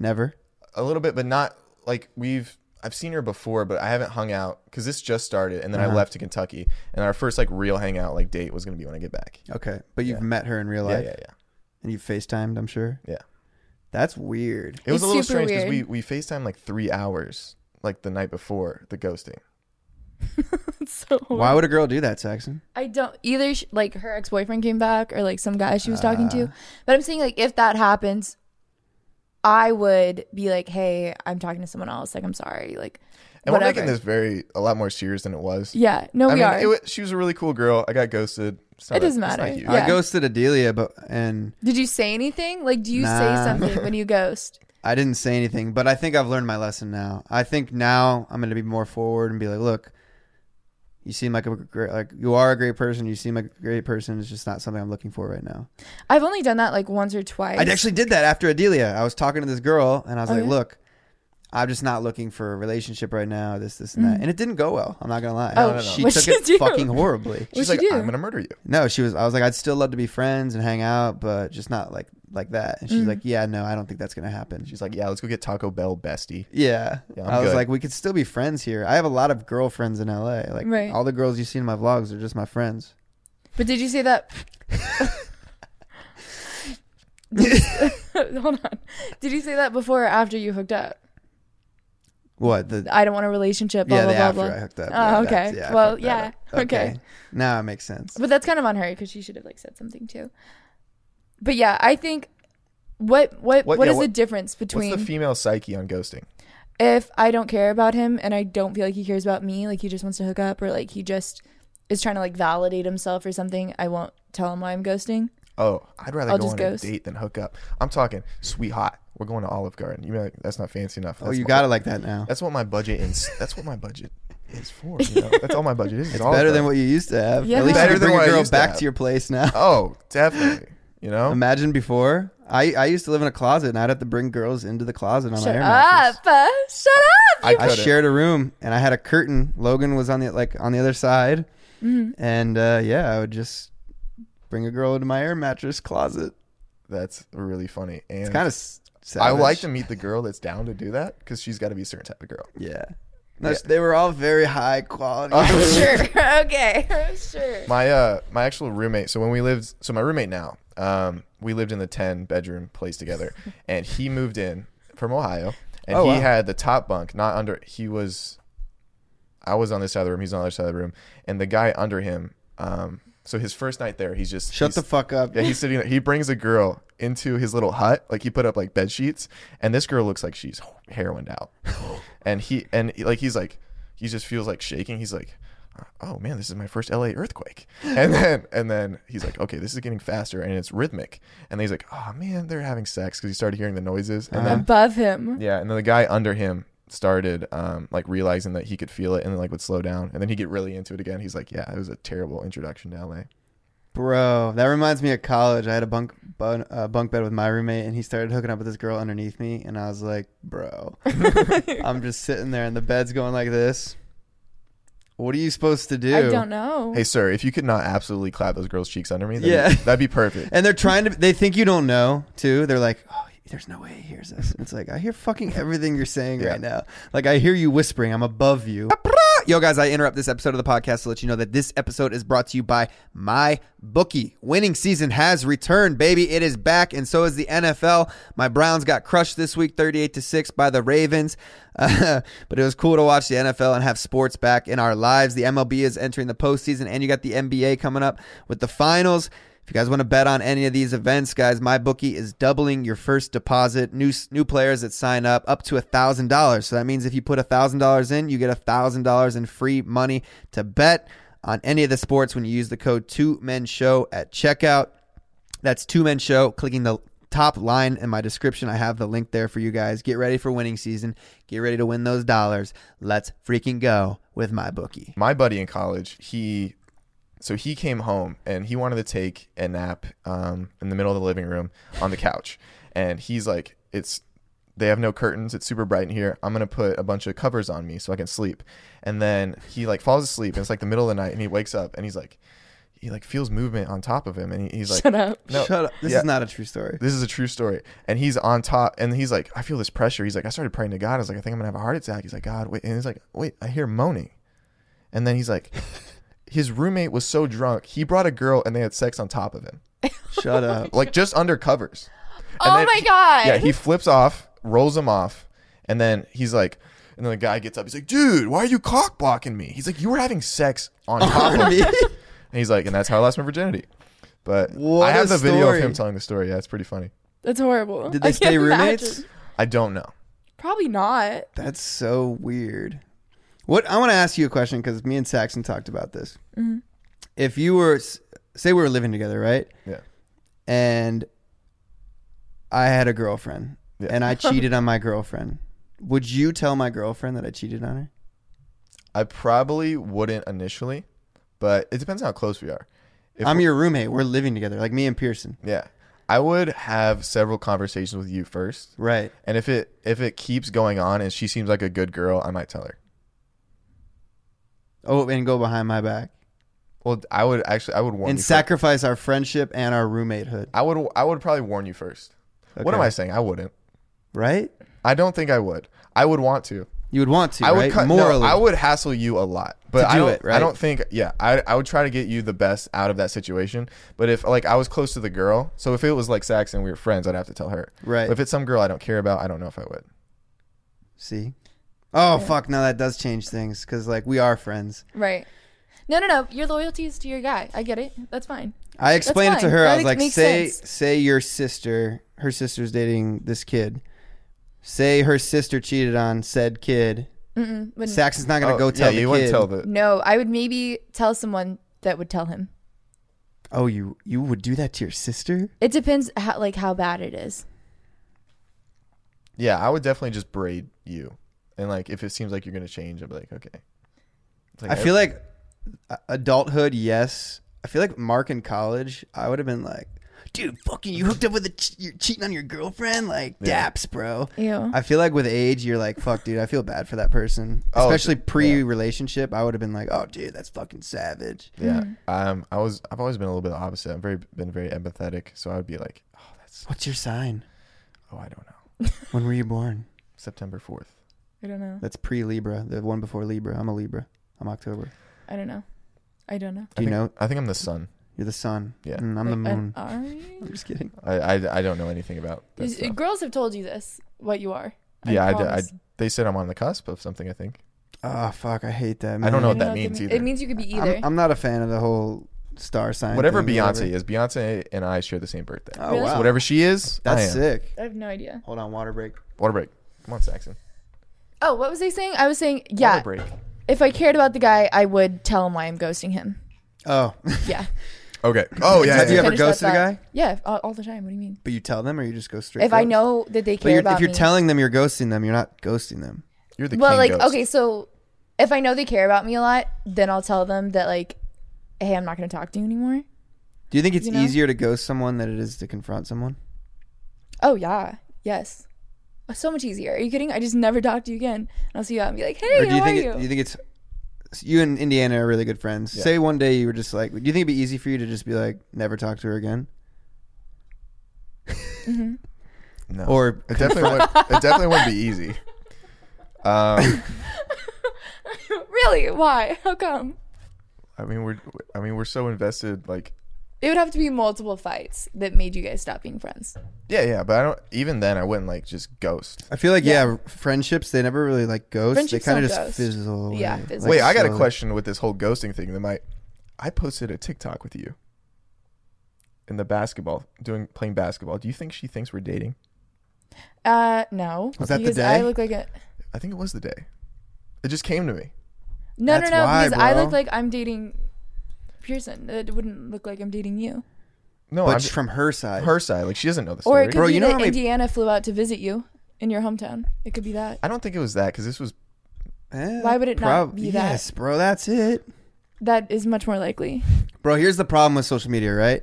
Speaker 3: Never.
Speaker 1: a little bit, but not like we've. I've seen her before, but I haven't hung out because this just started, and then I left to Kentucky, and our first like real hangout like date was gonna be when I get back.
Speaker 3: Okay, but you've
Speaker 1: Yeah.
Speaker 3: met her in real
Speaker 1: Yeah,
Speaker 3: life
Speaker 1: yeah, yeah.
Speaker 3: and you've FaceTimed. I'm sure.
Speaker 1: Yeah.
Speaker 3: That's weird.
Speaker 1: It was
Speaker 2: It's
Speaker 1: a little
Speaker 2: super
Speaker 1: strange because we
Speaker 2: weird.
Speaker 1: we Facetime like three hours like the night before the ghosting.
Speaker 2: so
Speaker 3: Why would a girl do that, Saxon?
Speaker 2: I don't either. Sh- like her ex boyfriend came back, or like some guy she was talking to. But I'm saying like if that happens, I would be like, hey, I'm talking to someone else. Like I'm sorry. Like
Speaker 1: And
Speaker 2: whatever.
Speaker 1: we're making this very a lot more serious than it was.
Speaker 2: Yeah. No,
Speaker 1: I
Speaker 2: we
Speaker 1: mean,
Speaker 2: are.
Speaker 1: It, wa- she was a really cool girl. I got ghosted. It's not
Speaker 2: It doesn't
Speaker 1: a- it's not
Speaker 2: matter.
Speaker 1: huge.
Speaker 2: Yeah.
Speaker 3: I ghosted Adelia, but and
Speaker 2: Did you say anything? Like, do you say
Speaker 3: Nah.
Speaker 2: something when you ghost?
Speaker 3: I didn't say anything, but I think I've learned my lesson now. I think now I'm going to be more forward and be like, look, you seem like a great, like you are a great person. You seem like a great person. It's just not something I'm looking for right now.
Speaker 2: I've only done that like once or twice.
Speaker 3: I actually did that after Adelia. I was talking to this girl and I was
Speaker 2: Oh,
Speaker 3: like,
Speaker 2: yeah?
Speaker 3: look, I'm just not looking for a relationship right now. This, this, and that. And it didn't go well. I'm not going to lie.
Speaker 2: Mm. Oh, No, no, no.
Speaker 3: She
Speaker 2: what'd
Speaker 3: took
Speaker 2: she
Speaker 3: it
Speaker 2: do?
Speaker 3: fucking horribly.
Speaker 1: She's like,
Speaker 2: What'd she do?
Speaker 1: I'm gonna murder you.
Speaker 3: No, she was. I was like, I'd still love to be friends and hang out, but just not like like that. And she's
Speaker 2: Mm.
Speaker 3: like, Yeah, no, I don't think that's gonna happen.
Speaker 1: She's like, yeah, let's go get Taco Bell, bestie.
Speaker 3: Yeah.
Speaker 1: Yeah, I'm
Speaker 3: I was
Speaker 1: good.
Speaker 3: like, we could still be friends here. I have a lot of girlfriends in LA. Like
Speaker 2: Right.
Speaker 3: all the girls you see in my vlogs are just my friends.
Speaker 2: But did you say that? Hold on. Did you say that before or after you hooked up?
Speaker 3: What the
Speaker 2: I don't want a relationship. Blah
Speaker 3: Yeah,
Speaker 2: blah
Speaker 3: the
Speaker 2: blah
Speaker 3: after
Speaker 2: blah.
Speaker 3: I hooked up.
Speaker 2: Oh,
Speaker 3: Yeah,
Speaker 2: okay.
Speaker 3: that's- yeah, I
Speaker 2: Well,
Speaker 3: fucked that
Speaker 2: yeah.
Speaker 3: up.
Speaker 2: Okay.
Speaker 3: Now it makes sense.
Speaker 2: But that's kind of on her because she should have like said something too. But yeah, I think what what
Speaker 1: What-
Speaker 2: what
Speaker 1: yeah,
Speaker 2: is the
Speaker 1: what-
Speaker 2: difference between
Speaker 1: What's the female psyche on ghosting?
Speaker 2: if I don't care about him and I don't feel like he cares about me, like he just wants to hook up or like he just is trying to like validate himself or something, I won't tell him why I'm ghosting.
Speaker 1: Oh, I'd rather
Speaker 2: I'll
Speaker 1: go
Speaker 2: just
Speaker 1: on
Speaker 2: ghost.
Speaker 1: a date than hook up. I'm talking sweet hot. We're going to Olive Garden. You're like, that's not fancy enough.
Speaker 3: oh,
Speaker 1: That's
Speaker 3: you
Speaker 1: my-
Speaker 3: got it like that now.
Speaker 1: That's what my budget is. That's what my budget is for. You know? that's all my budget is. is Olive
Speaker 3: Better
Speaker 1: Garden.
Speaker 3: than what you used to have.
Speaker 2: Yeah.
Speaker 3: At least
Speaker 2: Better
Speaker 3: you can
Speaker 1: than
Speaker 3: bring
Speaker 1: what
Speaker 3: a
Speaker 1: I
Speaker 3: girl
Speaker 1: used to
Speaker 3: back
Speaker 1: have.
Speaker 3: to your place now.
Speaker 1: Oh, definitely. You know.
Speaker 3: Imagine before I, I used to live in a closet and I'd have to bring girls into the closet on
Speaker 2: Shut
Speaker 3: my air
Speaker 2: up.
Speaker 3: mattress.
Speaker 2: uh, Shut up.
Speaker 1: I
Speaker 2: you-
Speaker 1: could
Speaker 3: I
Speaker 1: have.
Speaker 3: shared a room and I had a curtain. Logan was on the like on the other side,
Speaker 2: Mm-hmm.
Speaker 3: and uh, yeah, I would just bring a girl into my air mattress closet.
Speaker 1: That's really funny. And
Speaker 3: It's kind of sad.
Speaker 1: I like to meet the girl that's down to do that because she's got to be a certain type of girl.
Speaker 3: Yeah. No, They were all very high quality.
Speaker 2: sure. okay. sure.
Speaker 1: My uh my actual roommate. So when we lived, so my roommate now, um, we lived in the ten bedroom place together, and he moved in from Ohio, and
Speaker 3: Oh,
Speaker 1: he
Speaker 3: wow.
Speaker 1: had the top bunk, not under. He was, I was on this side of the room. He's on the other side of the room, and the guy under him. Um, so his first night there, he's just
Speaker 3: Shut
Speaker 1: he's-
Speaker 3: the fuck up.
Speaker 1: Yeah, he's sitting. There. He brings a girl into his little hut. Like he put up like bed sheets, and this girl looks like she's heroined out. and he and like he's like he just feels like shaking. He's like, oh man, this is my first LA earthquake. And then and then he's like, okay, this is getting faster and it's rhythmic. And then he's like, oh man, they're having sex because he started hearing the noises. And then
Speaker 2: above him.
Speaker 1: yeah, and then the guy under him started um, like realizing that he could feel it and then like would slow down and then he'd get really into it again. He's like, yeah, it was a terrible introduction to LA.
Speaker 3: Bro, that reminds me of college. I had a bunk bun, uh, bunk bed with my roommate, and he started hooking up with this girl underneath me, and I was like, "Bro, I'm just sitting there, and the bed's going like this. What are you supposed to do?"
Speaker 2: I don't know.
Speaker 1: Hey sir, if you could not absolutely clap those girls' cheeks under me, that'd,
Speaker 3: Yeah.
Speaker 1: be, that'd be perfect.
Speaker 3: And they're trying to. They think you don't know too. They're like, "Oh, there's no way he hears us." It's like I hear fucking everything you're saying
Speaker 1: Yeah.
Speaker 3: right now. Like I hear you whispering. I'm above you. Yo, guys, I interrupt this episode of the podcast to let you know that this episode is brought to you by my bookie. Winning season has returned, baby. It is back, and so is the NFL. My Browns got crushed this week, thirty-eight to six, by the Ravens. Uh, but it was cool to watch the NFL and have sports back in our lives. The MLB is entering the postseason, and you got the NBA coming up with the finals. If you guys want to bet on any of these events, guys, my bookie is doubling your first deposit. New new players that sign up up to thousand dollars. So that means if you put thousand dollars in, you get thousand dollars in free money to bet on any of the sports when you use the code Two Men Show at checkout. That's Two Men Show. Clicking the top line in my description, I have the link there for you guys. Get ready for winning season. Get ready to win those dollars. Let's freaking go with my bookie.
Speaker 1: my buddy in college, he so he came home and he wanted to take a nap um, in the middle of the living room on the couch, and he's like, "It's they have no curtains. It's super bright in here. I'm gonna put a bunch of covers on me so I can sleep." And then he like falls asleep, and it's like the middle of the night, and he wakes up and he's like, he like feels movement on top of him, and he, he's like,
Speaker 2: Shut up.
Speaker 1: No,
Speaker 3: Shut up. This
Speaker 1: yeah.
Speaker 3: is not a true story.
Speaker 1: This is a true story. And he's on top, and he's like, I feel this pressure. He's like, I started praying to God. I was like, I think I'm gonna have a heart attack. He's like, God, wait. And he's like, wait, I hear moaning. And then he's like, his roommate was so drunk, he brought a girl and they had sex on top of him,
Speaker 3: Shut up.
Speaker 1: like just under covers. And
Speaker 2: Oh
Speaker 1: then-
Speaker 2: my God.
Speaker 1: Yeah, he flips off, rolls him off, and then he's like, and then the guy gets up. He's like, dude, why are you cock blocking me? He's like, you were having sex on top of me. And he's like, and that's how I lost my virginity. But
Speaker 3: What
Speaker 1: I have
Speaker 3: a
Speaker 1: the video
Speaker 3: story.
Speaker 1: of him telling the story. Yeah, it's pretty funny.
Speaker 2: That's horrible.
Speaker 3: Did
Speaker 2: I
Speaker 3: they
Speaker 2: can't
Speaker 3: stay roommates?
Speaker 2: imagine.
Speaker 1: I don't know.
Speaker 2: Probably not.
Speaker 3: That's so weird. What I want to ask you a question because me and Saxon talked about this.
Speaker 2: Mm-hmm.
Speaker 3: If you were, say, we were living together, right?
Speaker 1: Yeah.
Speaker 3: And I had a girlfriend,
Speaker 1: Yeah.
Speaker 3: and I cheated on my girlfriend. Would you tell my girlfriend that I cheated on her?
Speaker 1: I probably wouldn't initially, but it depends how close we are. If
Speaker 3: I'm
Speaker 1: we-
Speaker 3: your roommate. We're living together, like me and Pearson.
Speaker 1: yeah. I would have several conversations with you first,
Speaker 3: Right.
Speaker 1: and if it if it keeps going on and she seems like a good girl, I might tell her.
Speaker 3: Oh, and go behind my back
Speaker 1: Well, I would actually I would warn
Speaker 3: and
Speaker 1: you. first.
Speaker 3: sacrifice our friendship and our roommatehood.
Speaker 1: I would I would probably warn you first. What am
Speaker 3: Okay.
Speaker 1: I saying? I wouldn't.
Speaker 3: Right?
Speaker 1: I don't think I would. I would want to.
Speaker 3: You would want to.
Speaker 1: I would
Speaker 3: right?
Speaker 1: cut, no,
Speaker 3: morally.
Speaker 1: I would hassle you a lot, but
Speaker 3: To
Speaker 1: I
Speaker 3: do
Speaker 1: don't.
Speaker 3: it, right?
Speaker 1: I don't think. Yeah, I, I would try to get you the best out of that situation. But if like I was close to the girl, so if it was like Sax and we were friends, I'd have to tell her.
Speaker 3: Right.
Speaker 1: But if it's some girl I don't care about, I don't know if I would.
Speaker 3: See? Oh fuck! No, that does change things because like we are friends.
Speaker 2: Right. No, no, no. Your loyalty is to your guy. I get it. That's fine.
Speaker 3: I explained it to
Speaker 2: fine.
Speaker 3: her. I
Speaker 2: That
Speaker 3: was
Speaker 2: ex-
Speaker 3: like,
Speaker 2: makes
Speaker 3: say
Speaker 2: sense.
Speaker 3: say your sister, her sister's dating this kid. Say her sister cheated on said kid.
Speaker 2: Wouldn't-
Speaker 3: Saxon's not gonna
Speaker 1: Oh,
Speaker 3: go tell
Speaker 1: yeah,
Speaker 3: the
Speaker 1: you
Speaker 3: kid.
Speaker 1: wouldn't tell the.
Speaker 2: no, I would maybe tell someone that would tell him.
Speaker 3: oh, you you would do that to your sister?
Speaker 2: It depends how like how bad it is.
Speaker 1: Yeah, I would definitely just braid you, and like if it seems like you're gonna change, I'd be like, okay. It's like,
Speaker 3: I feel like a- adulthood, yes. I feel like Mark in college, I would have been like, dude, fucking, you hooked up with a ch- you're cheating on your girlfriend, like
Speaker 1: Yeah.
Speaker 3: daps, bro.
Speaker 2: Ew.
Speaker 3: I feel like with age, you're like, fuck, dude, I feel bad for that person.
Speaker 1: Oh,
Speaker 3: Especially
Speaker 1: yeah.
Speaker 3: pre relationship, I would have been like, oh, dude, that's fucking savage.
Speaker 1: Yeah. Um. I was. I've always been a little bit the opposite. I've very been very empathetic, so I would be like, oh, that's.
Speaker 3: What's your sign?
Speaker 1: Oh, I don't know.
Speaker 3: When were you born?
Speaker 1: September fourth.
Speaker 2: I don't know.
Speaker 3: That's pre Libra, the one before Libra. I'm a Libra. I'm October.
Speaker 2: I don't know. I don't know.
Speaker 3: Do you know?
Speaker 1: I think I'm the sun.
Speaker 3: You're the sun.
Speaker 1: Yeah.
Speaker 3: Mm, I'm the
Speaker 2: Like, uh,
Speaker 3: moon.
Speaker 2: all right.
Speaker 3: I'm just kidding.
Speaker 1: I, I, I don't know anything about that
Speaker 2: Is-
Speaker 1: stuff.
Speaker 2: Girls have told you this, what you are.
Speaker 1: yeah, I d I
Speaker 2: promise.
Speaker 1: they said I'm on the cusp of something. I think.
Speaker 3: Oh, fuck, I hate that.
Speaker 1: I don't know
Speaker 2: I
Speaker 1: what
Speaker 2: don't
Speaker 1: that
Speaker 2: if
Speaker 1: means
Speaker 2: it,
Speaker 1: either.
Speaker 2: It means you could be either.
Speaker 3: I'm, I'm not a fan of the whole star sign.
Speaker 1: Whatever
Speaker 3: thing,
Speaker 1: Beyonce is, Beyonce and I share the same birthday.
Speaker 3: Oh,
Speaker 2: Really?
Speaker 3: wow.
Speaker 1: So whatever she is, I am.
Speaker 3: That's sick.
Speaker 2: I have no idea.
Speaker 3: Hold on, water break.
Speaker 1: Water break. Come on, Saxon.
Speaker 2: Oh, what was I saying? I was saying, yeah.
Speaker 1: Water break.
Speaker 2: if I cared about the guy, I would tell him why I'm ghosting him.
Speaker 3: Oh,
Speaker 2: Yeah.
Speaker 1: Okay. Oh yeah. yeah,
Speaker 3: Have you
Speaker 1: yeah.
Speaker 3: ever
Speaker 2: Finish that
Speaker 3: ghosted a
Speaker 2: thought.
Speaker 3: guy?
Speaker 2: Yeah, all, all the time. What do you mean?
Speaker 3: but you tell them, or you just go straight.
Speaker 2: If I
Speaker 3: ghost?
Speaker 2: know that they
Speaker 3: but
Speaker 2: care
Speaker 3: you're,
Speaker 2: about
Speaker 3: if you're
Speaker 2: me,
Speaker 3: telling them you're ghosting them, you're not ghosting them.
Speaker 1: You're the
Speaker 2: well,
Speaker 1: king
Speaker 2: like
Speaker 1: ghost.
Speaker 2: okay, so if I know they care about me a lot, then I'll tell them that like, hey, I'm not going to talk to you anymore.
Speaker 3: Do you think it's
Speaker 2: You know?
Speaker 3: easier to ghost someone than it is to confront someone?
Speaker 2: Oh yeah, yes. Uh, So much easier. Are you kidding? I just never talk to you again. And I'll see you out and be like, hey,
Speaker 3: or do you
Speaker 2: how
Speaker 3: think
Speaker 2: are
Speaker 3: It,
Speaker 2: you?
Speaker 3: you think it's you and Indiana are really good friends? Say one day you were just like, do you think it'd be easy for you to just be like, never talk to her again?
Speaker 1: No.
Speaker 3: Or
Speaker 1: it definitely would, it definitely wouldn't be easy. Um,
Speaker 2: really? Why? How come?
Speaker 1: I mean we're I mean we're so invested like
Speaker 2: It would have to be multiple fights that made you guys stop being friends.
Speaker 1: yeah yeah but I don't even then I wouldn't like just ghost.
Speaker 3: I feel like yeah, friendships they never really like ghost.
Speaker 2: Friendships
Speaker 3: they kind
Speaker 2: don't
Speaker 3: of just
Speaker 2: ghost.
Speaker 3: fizzle. Away.
Speaker 2: Yeah, fizzle.
Speaker 1: Wait, I got a
Speaker 3: slowly.
Speaker 1: question with this whole ghosting thing. That might I posted a TikTok with you in the basketball doing playing basketball. Do you think she thinks we're dating?
Speaker 2: Uh, no.
Speaker 3: Was that the
Speaker 2: because I
Speaker 3: day?
Speaker 2: look like a
Speaker 1: I think it was the day. It just came to me.
Speaker 2: no,
Speaker 3: That's
Speaker 2: no, no.
Speaker 3: why,
Speaker 2: because I
Speaker 3: bro.
Speaker 2: look like I'm dating Pearson. It wouldn't look like I'm dating you.
Speaker 1: No,
Speaker 3: But
Speaker 1: I'm
Speaker 3: it's from her side.
Speaker 1: her side. Like she doesn't know the
Speaker 2: Or
Speaker 1: story.
Speaker 2: it could
Speaker 3: Bro,
Speaker 2: be
Speaker 3: you know
Speaker 2: that
Speaker 3: how many-
Speaker 2: Indiana flew out to visit you in your hometown. It could be that.
Speaker 1: I don't think it was that because this was
Speaker 3: Eh,
Speaker 2: Why would it not be that?
Speaker 3: Yes, bro, that's it.
Speaker 2: That is much more likely.
Speaker 3: Bro, here's the problem with social media, right?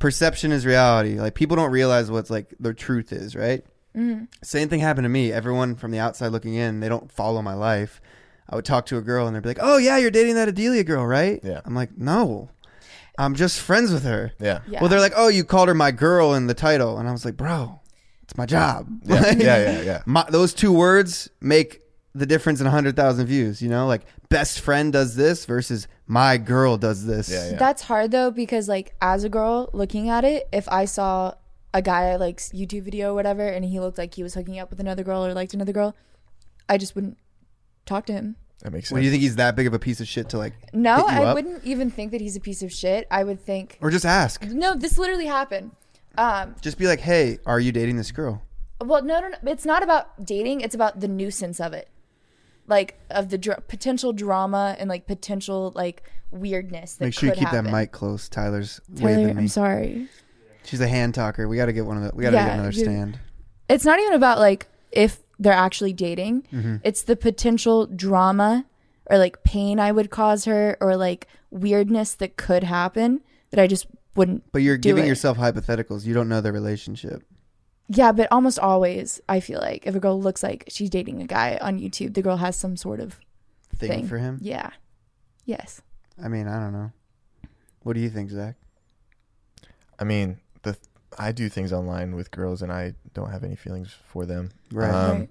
Speaker 3: Perception is reality. Like people don't realize what's like the truth is, right? Same thing happened to me. Everyone from the outside looking in, they don't follow my life. I would talk to a girl and they'd be like, "Oh yeah, you're dating that Adelia girl, right?"
Speaker 1: Yeah.
Speaker 3: I'm like, "No, I'm just friends with her."
Speaker 1: yeah.
Speaker 2: Yeah.
Speaker 3: Well, they're like, "Oh, you called her my girl in the title," and I was like, "Bro, it's my job."
Speaker 1: Yeah,
Speaker 3: Like,
Speaker 1: yeah, yeah, yeah.
Speaker 3: My, those two words make the difference in hundred thousand views. You know, like best friend does this versus my girl does this.
Speaker 1: Yeah, yeah.
Speaker 2: That's hard though because like as a girl looking at it, if I saw a guy like YouTube video or whatever, and he looked like he was hooking up with another girl or liked another girl, I just wouldn't talk to him.
Speaker 1: That makes sense.
Speaker 3: Well, do you think he's that big of a piece of shit to like?
Speaker 2: No,
Speaker 3: hit you
Speaker 2: I
Speaker 3: up?
Speaker 2: wouldn't even think that he's a piece of shit. I would think
Speaker 3: Or just ask.
Speaker 2: no, this literally happened. Um,
Speaker 3: Just be like, "Hey, are you dating this girl?"
Speaker 2: well, no, no, no. It's not about dating. It's about the nuisance of it, like of the dr- potential drama and like potential like weirdness. That
Speaker 3: Make sure you
Speaker 2: could
Speaker 3: keep
Speaker 2: happen.
Speaker 3: that mic close. Tyler's
Speaker 2: Tyler,
Speaker 3: waving me.
Speaker 2: I'm sorry.
Speaker 3: She's a hand talker. We got to get one of the. We got to
Speaker 2: Yeah,
Speaker 3: get another
Speaker 2: you-
Speaker 3: stand.
Speaker 2: it's not even about like if they're actually dating.
Speaker 3: Mm-hmm.
Speaker 2: It's the potential drama or like pain I would cause her or like weirdness that could happen that I just wouldn't.
Speaker 3: But you're
Speaker 2: do
Speaker 3: giving
Speaker 2: it.
Speaker 3: yourself hypotheticals. You don't know the relationship.
Speaker 2: Yeah, but almost always I feel like if a girl looks like she's dating a guy on YouTube, the girl has some sort of
Speaker 3: Thing,
Speaker 2: thing
Speaker 3: for him.
Speaker 2: Yeah. Yes.
Speaker 3: I mean, I don't know. What do you think, Zach?
Speaker 1: I mean, the I do things online with girls and I don't have any feelings for them.
Speaker 3: Right.
Speaker 1: Um,
Speaker 2: Right.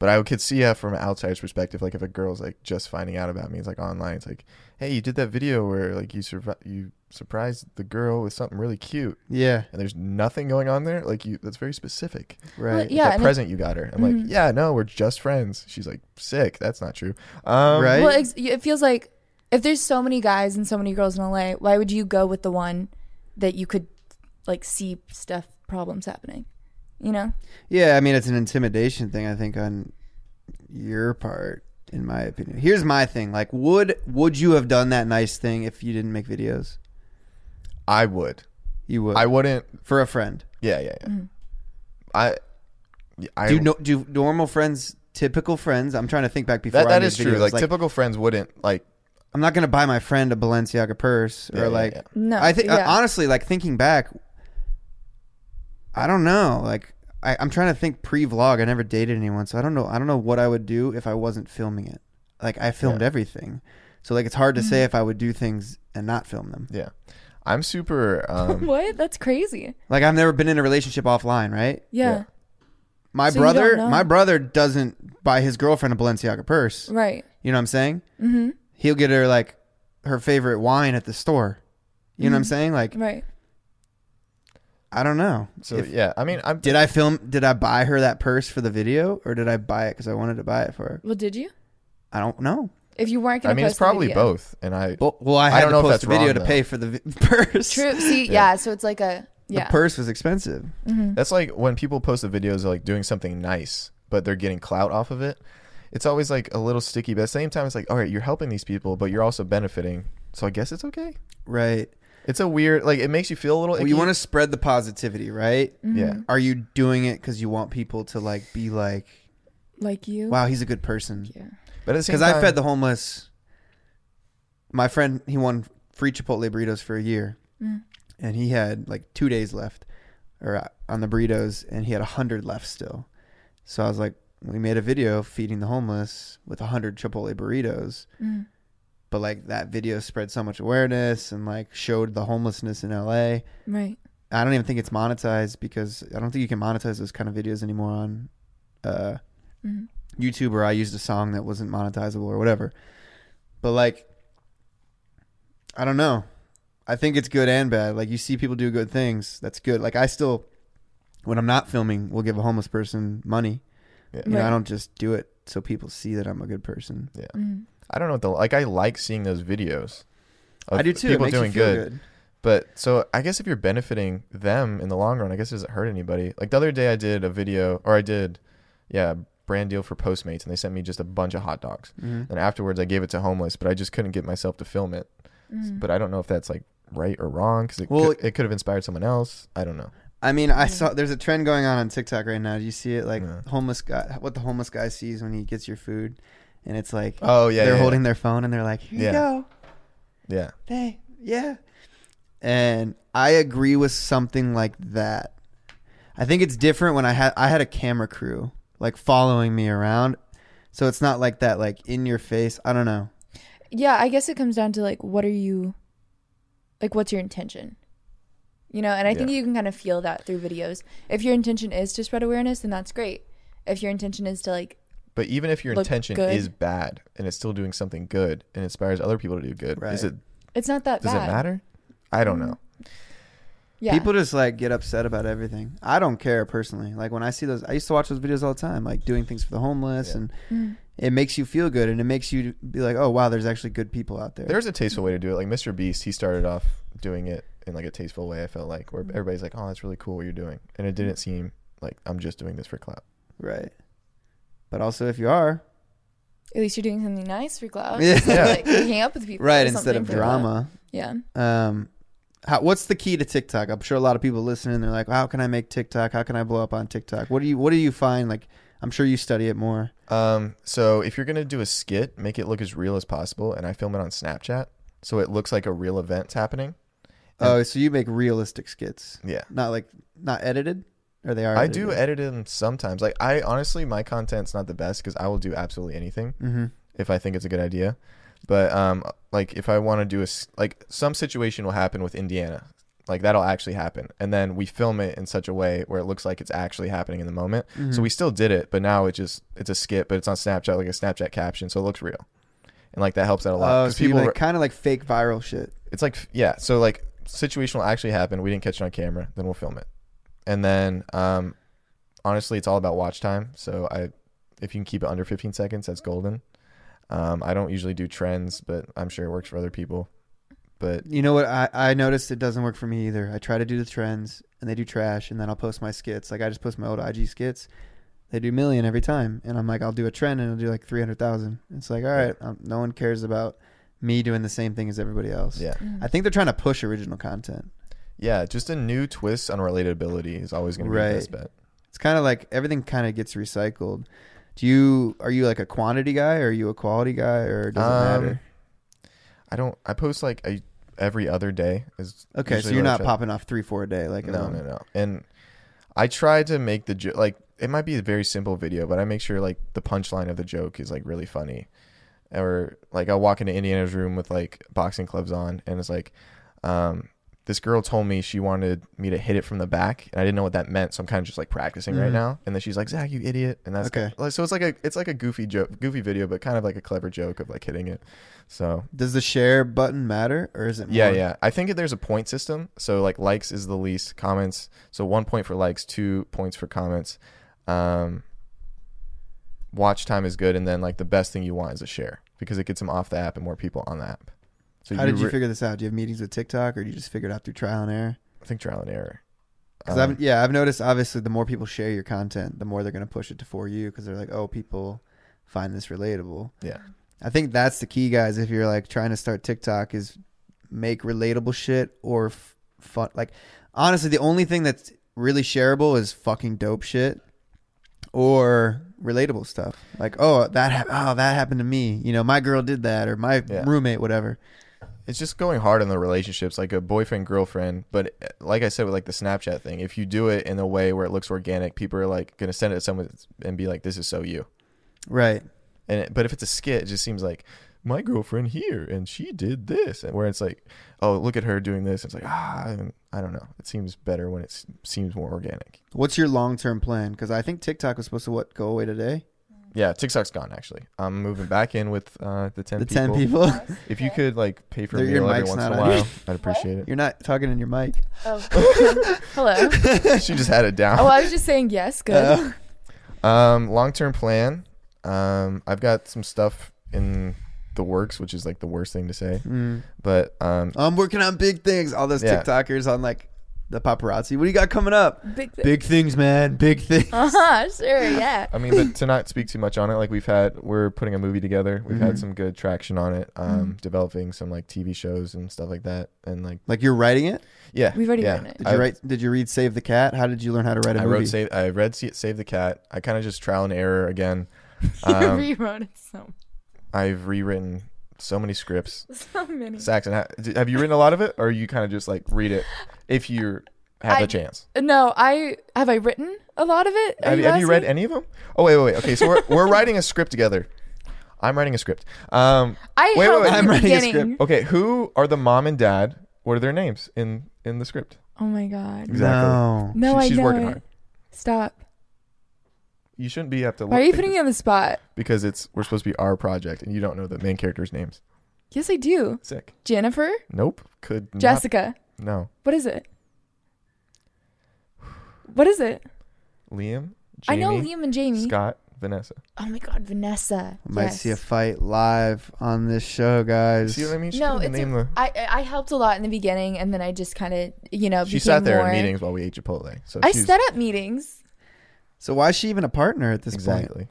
Speaker 1: But I could see uh, from an outsider's perspective, like if a girl's like just finding out about me, it's like online. It's like, hey, you did that video where like you survi- you surprised the girl with something really cute,
Speaker 3: Yeah.
Speaker 1: and there's nothing going on there. Like you, that's very specific.
Speaker 3: Right.
Speaker 2: Well, yeah.
Speaker 1: that
Speaker 2: and it- Mm-hmm.
Speaker 1: present you got her. I'm like, yeah, no, we're just friends. She's like, sick. That's not true. Um,
Speaker 3: Right.
Speaker 2: Well, ex- it feels like if there's so many guys and so many girls in LA, why would you go with the one that you could like see stuff problems happening? You know?
Speaker 3: Yeah, I mean it's an intimidation thing I think on your part in my opinion. Here's my thing. Like would would you have done that nice thing if you didn't make videos?
Speaker 1: I would.
Speaker 3: You would.
Speaker 1: I wouldn't.
Speaker 3: for a friend.
Speaker 1: Yeah, yeah, yeah.
Speaker 2: Mm-hmm.
Speaker 1: I. I
Speaker 3: Do no, do normal friends, typical friends, I'm trying to think back before
Speaker 1: that
Speaker 3: I
Speaker 1: that
Speaker 3: made
Speaker 1: is true.
Speaker 3: videos,
Speaker 1: Like, typical friends wouldn't like.
Speaker 3: I'm not going to buy my friend a Balenciaga purse
Speaker 1: Yeah,
Speaker 3: or
Speaker 1: yeah,
Speaker 3: like
Speaker 1: yeah.
Speaker 2: No,
Speaker 3: I think uh,
Speaker 2: yeah.
Speaker 3: honestly like thinking back I don't know. Like I, I'm trying to think pre-vlog. I never dated anyone, so I don't know. I don't know what I would do if I wasn't filming it. Like I filmed everything, so like it's hard to
Speaker 2: Mm-hmm.
Speaker 3: say if I would do things and not film them.
Speaker 1: Yeah, I'm super. Um,
Speaker 2: What? That's crazy.
Speaker 3: Like I've never been in a relationship offline, right?
Speaker 2: Yeah.
Speaker 3: My
Speaker 2: So you don't
Speaker 3: brother,
Speaker 2: know.
Speaker 3: my brother doesn't buy his girlfriend a Balenciaga purse.
Speaker 2: Right.
Speaker 3: You know what I'm saying? Mm-hmm. He'll get her like her favorite wine at the store. You know what I'm
Speaker 2: Mm-hmm.
Speaker 3: saying? Like
Speaker 2: Right.
Speaker 3: I don't know.
Speaker 1: So
Speaker 3: If-
Speaker 1: yeah, I mean, I'm.
Speaker 3: did I film? Did I buy her that purse for the video, or did I buy it because I wanted to buy it for her?
Speaker 2: Well, did you?
Speaker 3: I don't know.
Speaker 2: If you
Speaker 1: I
Speaker 2: weren't going to
Speaker 1: mean, it's probably both, and I.
Speaker 3: Well, well I
Speaker 1: I
Speaker 3: had
Speaker 1: don't
Speaker 3: to
Speaker 1: know if
Speaker 3: post
Speaker 1: that's
Speaker 3: a video
Speaker 1: wrong,
Speaker 3: to
Speaker 1: though.
Speaker 3: pay for the vi- purse.
Speaker 2: True. See,
Speaker 1: Yeah.
Speaker 2: yeah. so it's like a yeah. Mm-hmm.
Speaker 3: The purse was expensive.
Speaker 1: That's like when people post the videos of like doing something nice, but they're getting clout off of it. it's always like a little sticky, but at the same time, it's like, all right, you're helping these people, but you're also benefiting. So I guess it's okay.
Speaker 3: Right.
Speaker 1: It's a weird, like, it makes you feel a little.
Speaker 3: Well, you want to spread the positivity, right?
Speaker 2: Mm-hmm.
Speaker 1: to, yeah.
Speaker 3: Are you doing it because you want people to like be like,
Speaker 2: like you.
Speaker 3: "Wow, he's a good person"?
Speaker 2: Yeah.
Speaker 1: But at the same
Speaker 3: Because
Speaker 1: time,
Speaker 3: I fed the homeless. My friend, he won free Chipotle burritos for a year,
Speaker 2: Mm.
Speaker 3: and he had like two days left, or uh, on the burritos, and he had a hundred left still. So I was like, we made a video feeding the homeless with a hundred Chipotle burritos,
Speaker 2: Mm.
Speaker 3: but like that video spread so much awareness and like showed the homelessness in LA.
Speaker 2: Right.
Speaker 3: I don't even think it's monetized because I don't think you can monetize those kind of videos anymore on uh,
Speaker 2: Mhm.
Speaker 3: YouTube or I used a song that wasn't monetizable or whatever. But like, I don't know. I think it's good and bad. Like you see people do good things. That's good. Like I still, when I'm not filming, will give a homeless person money.
Speaker 1: Yeah.
Speaker 3: You know,
Speaker 2: Right.
Speaker 3: I don't just do it so people see that I'm a good person.
Speaker 2: Mm.
Speaker 1: I don't know what the like. I like seeing those videos. of
Speaker 3: I do too.
Speaker 1: People
Speaker 3: it makes
Speaker 1: doing
Speaker 3: you feel
Speaker 1: good. But so I guess if you're benefiting them in the long run, I guess it doesn't hurt anybody. Like the other day, I did a video, or I did, yeah, brand deal for Postmates, and they sent me just a bunch of hot dogs.
Speaker 3: Mhm.
Speaker 1: And afterwards, I gave it to homeless, but I just couldn't get myself to film it.
Speaker 2: Mm.
Speaker 1: But I don't know if that's like right or wrong because it,
Speaker 3: Well,
Speaker 1: could, it could have inspired someone else. I don't know.
Speaker 3: I mean, I saw there's a trend going on on TikTok right now. Do you see it? Like
Speaker 1: Yeah.
Speaker 3: homeless guy, what the homeless guy sees when he gets your food, and it's like
Speaker 1: Oh yeah,
Speaker 3: they're
Speaker 1: yeah,
Speaker 3: holding their phone and they're like, "Here
Speaker 1: Yeah.
Speaker 3: you go,
Speaker 1: Yeah,
Speaker 3: hey, yeah." And I agree with something like that. I think it's different when I had I had a camera crew like following me around, so it's not like that like in your face. I don't know.
Speaker 2: Yeah, I guess it comes down to like what are you like what's your intention? You know, and I think
Speaker 1: Yeah.
Speaker 2: you can kind of feel that through videos. If your intention is to spread awareness, then that's great. If your intention is to like
Speaker 1: but even if your
Speaker 2: Look
Speaker 1: intention
Speaker 2: good.
Speaker 1: is bad and it's still doing something good and inspires other people to do good,
Speaker 3: Right.
Speaker 1: is it
Speaker 2: it's not that
Speaker 1: does
Speaker 2: bad.
Speaker 1: it matter? I don't know.
Speaker 2: Yeah.
Speaker 3: People just like get upset about everything. I don't care personally. Like when I see those, I used to watch those videos all the time, like doing things for the homeless,
Speaker 1: Yeah.
Speaker 3: and
Speaker 2: Mm.
Speaker 3: it makes you feel good, and it makes you be like, oh wow, there's actually good people out there.
Speaker 1: There's a tasteful way to do it. Like Mr. Beast, he started off doing it in like a tasteful way. I felt like
Speaker 2: Mm-hmm.
Speaker 1: where everybody's like, "Oh, that's really cool what you're doing," and it didn't seem like I'm just doing this for clout.
Speaker 3: right. But also, if you are
Speaker 2: At least you're doing something nice for Cloud.
Speaker 3: Yeah.
Speaker 2: Instead of, like hooking up with people.
Speaker 3: right
Speaker 2: or
Speaker 3: instead
Speaker 2: something
Speaker 3: of
Speaker 2: for Cloud.
Speaker 3: drama,
Speaker 2: Yeah.
Speaker 3: um, how, what's the key to TikTok? I'm sure a lot of people listening, they're like, how can I make TikTok? How can I blow up on TikTok? What do you What do you find? Like, I'm sure you study it more.
Speaker 1: Um, so if you're gonna do a skit, make it look as real as possible, and I film it on Snapchat, so it looks like a real event's happening.
Speaker 3: Oh, so you make realistic skits,
Speaker 1: Yeah.
Speaker 3: not like not edited, or they are.
Speaker 1: I
Speaker 3: edited?
Speaker 1: do edit them sometimes. Like I honestly, my content's not the best because I will do absolutely anything
Speaker 3: Mhm.
Speaker 1: if I think it's a good idea. But um, like if I want to do a s- like some situation will happen with Indiana, like that'll actually happen, and then we film it in such a way where it looks like it's actually happening in the moment.
Speaker 3: Mm-hmm.
Speaker 1: So we still did it, but now it just it's a skit, but it's on Snapchat like a Snapchat caption, so it looks real, and like that helps out a lot
Speaker 3: Oh,
Speaker 1: because
Speaker 3: so
Speaker 1: people
Speaker 3: you
Speaker 1: re-
Speaker 3: like, kind of like fake viral shit.
Speaker 1: it's like yeah so like situation will actually happen we didn't catch it on camera then we'll film it and then um honestly it's all about watch time so i if you can keep it under 15 seconds that's golden um i don't usually do trends but i'm sure it works for other people but
Speaker 3: You know what? I, I noticed it doesn't work for me either. I try to do the trends and they do trash, and then I'll post my skits. Like I just post my old IG skits. They do million every time, and I'm like, I'll do a trend and it'll do like three hundred thousand. It's like, all right, um, no one cares about me doing the same thing as everybody else.
Speaker 1: yeah
Speaker 2: Mm.
Speaker 3: I think they're trying to push original content.
Speaker 1: yeah just a new twist on relatability is always going to be the
Speaker 3: Right.
Speaker 1: best bet
Speaker 3: It's kind of like everything kind of gets recycled. Do you are you like a quantity guy or are you a quality guy or does it
Speaker 1: Um,
Speaker 3: matter?
Speaker 1: i don't i post like I, every other day is
Speaker 3: Okay, so
Speaker 1: usually
Speaker 3: you're
Speaker 1: what I
Speaker 3: not
Speaker 1: try-
Speaker 3: popping off three four a day like um,
Speaker 1: no,
Speaker 3: everyone.
Speaker 1: no, no. And I try to make the joke like it might be a very simple video, but I make sure like the punchline of the joke is like really funny, or like I walk into Indiana's room with like boxing gloves on, and it's like, um, this girl told me she wanted me to hit it from the back, and I didn't know what that meant, so I'm kind of just like practicing right
Speaker 3: Mhm.
Speaker 1: now. And then she's like, Zach, you idiot, and that's
Speaker 3: Okay.
Speaker 1: Like, so it's like a it's like a goofy joke, goofy video, but kind of like a clever joke of like hitting it. So
Speaker 3: Does the share button matter or is it
Speaker 1: yeah,
Speaker 3: more-
Speaker 1: yeah. I think there's a point system. So like likes is the least, comments. So one point for likes, two points for comments. Um, watch time is good, and then like the best thing you want is a share because it gets them off the app and more people on the app. So
Speaker 3: How did you
Speaker 1: re-
Speaker 3: figure this out? Do you have meetings with TikTok, or do you just figure it out through trial and error?
Speaker 1: I think trial and error.
Speaker 3: Because
Speaker 1: Um,
Speaker 3: I've yeah, I've noticed obviously the more people share your content, the more they're going to push it to for you because they're like, oh, people find this relatable.
Speaker 1: Yeah.
Speaker 3: I think that's the key, guys. If you're like trying to start TikTok, is make relatable shit or f- fun. Like, honestly, the only thing that's really shareable is fucking dope shit or relatable stuff. Like, oh, that hap- oh that happened to me. You know, my girl did that or my
Speaker 1: Yeah.
Speaker 3: roommate, whatever.
Speaker 1: it's just going hard on the relationships like a boyfriend girlfriend but uh, like i said with like the snapchat thing if you do it in a way where it looks organic people are like gonna send it to someone and be like this is so you
Speaker 3: Right.
Speaker 1: and it, but if it's a skit it just seems like my girlfriend here and she did this and where it's like oh look at her doing this it's like ah I don't- i don't know it seems better when it s- seems more organic
Speaker 3: What's your long term plan? Because I think TikTok was supposed to what go away today.
Speaker 1: yeah tiktok's gone actually i'm moving back in with uh the 10
Speaker 3: The
Speaker 1: people
Speaker 3: ten people.
Speaker 1: if you could like pay for a
Speaker 3: Your
Speaker 1: meal every
Speaker 3: mic's
Speaker 1: once
Speaker 3: not
Speaker 1: in a
Speaker 3: on.
Speaker 1: while i'd appreciate
Speaker 3: You're not talking in your mic.
Speaker 2: Oh. Hello.
Speaker 1: it she just had it down
Speaker 2: Oh, I was just saying yes. Good.
Speaker 3: Uh,
Speaker 1: Um, long term plan. Um, I've got some stuff in the works, which is like the worst thing to say,
Speaker 3: mm.
Speaker 1: but um,
Speaker 3: I'm working on big things. All those
Speaker 1: Yeah.
Speaker 3: TikTokers on like the paparazzi. What do you got coming up?
Speaker 2: Big. Th-
Speaker 3: Big things, man. Big things.
Speaker 2: uh huh. Sure. Yeah.
Speaker 1: I mean, but to not speak too much on it, like we've had, we're putting a movie together. We've
Speaker 2: Mm-hmm.
Speaker 3: Mhm.
Speaker 1: had some good traction on it. Um, developing some like TV shows and stuff like that, and like
Speaker 3: Like you're writing it?
Speaker 1: yeah,
Speaker 2: We've already
Speaker 1: yeah.
Speaker 2: written it.
Speaker 3: Did
Speaker 1: I-
Speaker 3: you write? Did you read Save the Cat? How did you learn how to write a
Speaker 1: I
Speaker 3: movie?
Speaker 1: wrote save. I read Sa- Save the Cat. I kind of just trial and error again.
Speaker 2: You
Speaker 1: Um,
Speaker 2: rewrote it so
Speaker 1: I've rewritten so many scripts.
Speaker 2: so many.
Speaker 1: Saxon, ha- d- have you written a lot of it, or you kind of just like read it if you have
Speaker 2: I-
Speaker 1: the chance?
Speaker 2: No, I have I written a lot of it. Are
Speaker 1: have, you- have you read
Speaker 2: asking?
Speaker 1: any of them? Oh wait, wait, wait. Okay, so we're, we're writing a script together. I'm writing a script. Um,
Speaker 2: I
Speaker 1: Wait, wait,
Speaker 2: helped
Speaker 1: wait.
Speaker 2: in
Speaker 1: I'm
Speaker 2: the
Speaker 3: writing a
Speaker 2: beginning.
Speaker 3: script.
Speaker 1: okay, who are the mom and dad? What are their names in in the script?
Speaker 2: Oh my god.
Speaker 1: Exactly.
Speaker 3: No.
Speaker 2: No, I
Speaker 1: she's
Speaker 2: know
Speaker 1: working
Speaker 2: it.
Speaker 1: hard.
Speaker 2: Stop.
Speaker 1: You shouldn't be have to.
Speaker 2: Why are
Speaker 1: look-
Speaker 2: you putting me on the spot?
Speaker 1: Because it's we're supposed to be our project, and you don't know the main characters' names.
Speaker 2: Yes, I do.
Speaker 1: Sick.
Speaker 2: Jennifer,
Speaker 1: Nope. Could not-
Speaker 2: Jessica.
Speaker 1: No.
Speaker 2: What is it? What is it?
Speaker 1: Liam. Jamie,
Speaker 2: I know Liam and Jamie.
Speaker 1: Scott. Vanessa.
Speaker 2: Oh my god, Vanessa.
Speaker 3: We Might
Speaker 2: yes.
Speaker 3: see a fight live on this show, guys.
Speaker 1: See what I mean? She
Speaker 2: No,
Speaker 1: could've
Speaker 2: it's
Speaker 1: named
Speaker 2: a,
Speaker 1: the-
Speaker 2: I I I helped a lot in the beginning, and then I just kind of you know
Speaker 1: she
Speaker 2: became
Speaker 1: sat there
Speaker 2: more-
Speaker 1: in meetings while we ate Chipotle. So
Speaker 2: I
Speaker 1: she's-
Speaker 2: set up meetings.
Speaker 3: So why is she even a partner at this point?
Speaker 1: exactly.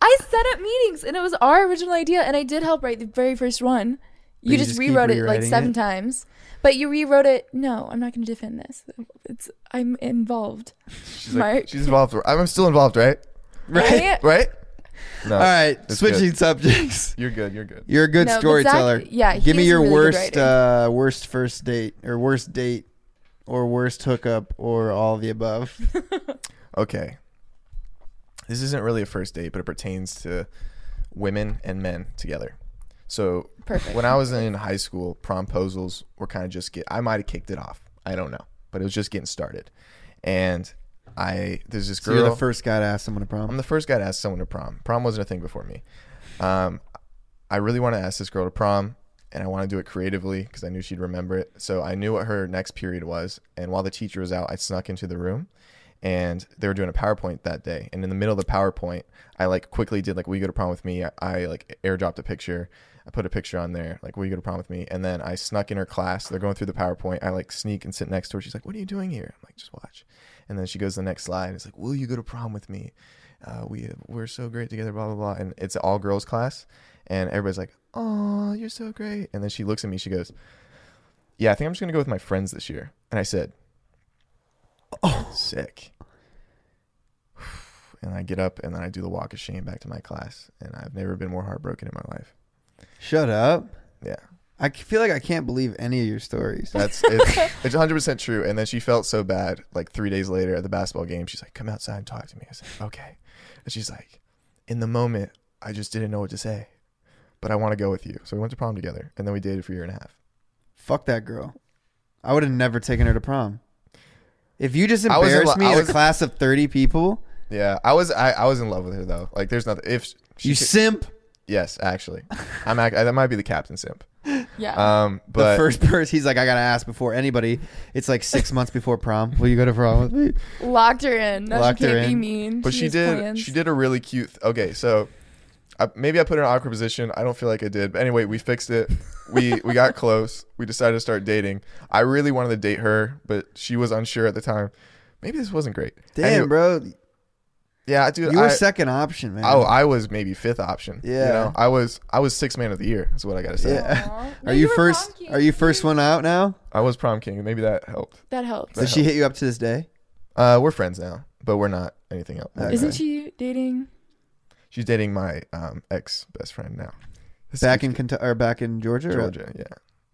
Speaker 2: I set up meetings, and it was our original idea, and I did help write the very first one. You,
Speaker 3: you
Speaker 2: just,
Speaker 3: just keep
Speaker 2: rewrote it like
Speaker 3: rewriting
Speaker 2: seven
Speaker 3: it?
Speaker 2: times, but you rewrote it. No, I'm not going to defend this. It's I'm involved.
Speaker 1: She's, like-
Speaker 2: Mark.
Speaker 1: she's involved. I'm still involved, right?
Speaker 3: Right.
Speaker 2: Right?
Speaker 1: Right? No.
Speaker 3: All right.
Speaker 1: it's
Speaker 3: Switching
Speaker 1: good.
Speaker 3: subjects.
Speaker 1: You're good. You're good.
Speaker 3: You're a good
Speaker 2: No, but Zach-
Speaker 3: storyteller.
Speaker 2: yeah, he
Speaker 3: Give me
Speaker 2: is a
Speaker 3: your
Speaker 2: really good
Speaker 3: worst,
Speaker 2: writer.
Speaker 3: uh, worst first date or worst date or worst hookup or all of the above.
Speaker 1: Okay. This isn't really a first date, but it pertains to women and men together. So
Speaker 2: Perfect.
Speaker 1: when I was in high school, promposals were kind of just get. I might have kicked it off. I don't know, but it was just getting started. And I there's this
Speaker 3: So
Speaker 1: girl.
Speaker 3: you're the first guy to ask someone a
Speaker 1: I'm
Speaker 3: prom.
Speaker 1: the first guy to ask someone to prom. Prom wasn't a thing before me. Um, I really want to ask this girl to prom, and I want to do it creatively because I knew she'd remember it. So I knew what her next period was, and while the teacher was out, I snuck into the room, and they were doing a PowerPoint that day. And in the middle of the PowerPoint, I like quickly did like, "Will you go to prom with me?" I, I like airdropped a picture. I put a picture on there, like, "Will you go to prom with me?" And then I snuck in her class. They're going through the PowerPoint. I like sneak and sit next to her. She's like, "What are you doing here?" I'm like, "Just watch." And then she goes to the next slide. It's like, "Will you go to prom with me?" uh, we we're so great together, blah blah blah. And it's an all girls class, and everybody's like, "Oh, you're so great." And then she looks at me, she goes, "Yeah, I think I'm just gonna go with my friends this year." And I said, "Oh, sick." And I get up and then I do the walk of shame back to my class, and I've never been more heartbroken in my life.
Speaker 3: Shut up.
Speaker 1: Yeah,
Speaker 3: I c- feel like I can't believe any of your stories.
Speaker 1: that's it's it's 100 percent true. And then she felt so bad. Like three days later at the basketball game, she's like, "Come outside and talk to me." I said, "Okay," and she's like, "In the moment, I just didn't know what to say, but I want to go with you." So we went to prom together, and then we dated for a year and a half.
Speaker 3: Fuck that girl. I would have never taken her to prom. If you just
Speaker 1: I was in
Speaker 3: embarrassed
Speaker 1: lo-
Speaker 3: me
Speaker 1: I
Speaker 3: in a
Speaker 1: was-
Speaker 3: class of 30 people,
Speaker 1: Yeah, I was I, I was in love with her though. Like, there's nothing if she
Speaker 3: you
Speaker 1: could-
Speaker 3: simp.
Speaker 1: yes, actually, I'm act- that might be the captain simp.
Speaker 2: yeah.
Speaker 1: Um,
Speaker 3: The
Speaker 1: but
Speaker 3: first person, he's like, I gotta ask before anybody. It's like six months before prom. Will you go to prom with me?
Speaker 2: locked her in. No,
Speaker 3: Locked
Speaker 2: she can't
Speaker 3: her
Speaker 2: be
Speaker 3: in.
Speaker 2: mean.
Speaker 1: but she
Speaker 2: has
Speaker 1: did
Speaker 2: plans.
Speaker 1: she did a really cute th- okay so I, maybe i put her in an awkward position i don't feel like i did but anyway we fixed it we we got close we decided to start dating i really wanted to date her but she was unsure at the time maybe this wasn't great
Speaker 3: Damn,
Speaker 1: Anyway-
Speaker 3: bro.
Speaker 1: Yeah, dude.
Speaker 3: You were
Speaker 1: I,
Speaker 3: second option, man.
Speaker 1: Oh, I was maybe fifth option. You
Speaker 3: Yeah.
Speaker 1: know, I was I was sixth man of the year. Is what I gotta say.
Speaker 3: Yeah.
Speaker 2: Aw. No,
Speaker 3: Are you
Speaker 2: were
Speaker 3: first?
Speaker 2: bonking.
Speaker 3: Are you first one out now?
Speaker 1: I was prom king. and Maybe that helped.
Speaker 2: That helps.
Speaker 1: That
Speaker 3: Does she hit you up to this day?
Speaker 1: Uh, we're friends now, but we're not anything else.
Speaker 3: Okay.
Speaker 2: Isn't she dating?
Speaker 1: She's dating my um, ex best friend now. This
Speaker 3: Back in
Speaker 1: is
Speaker 3: Kentucky or back in Georgia? or-
Speaker 1: Georgia, yeah,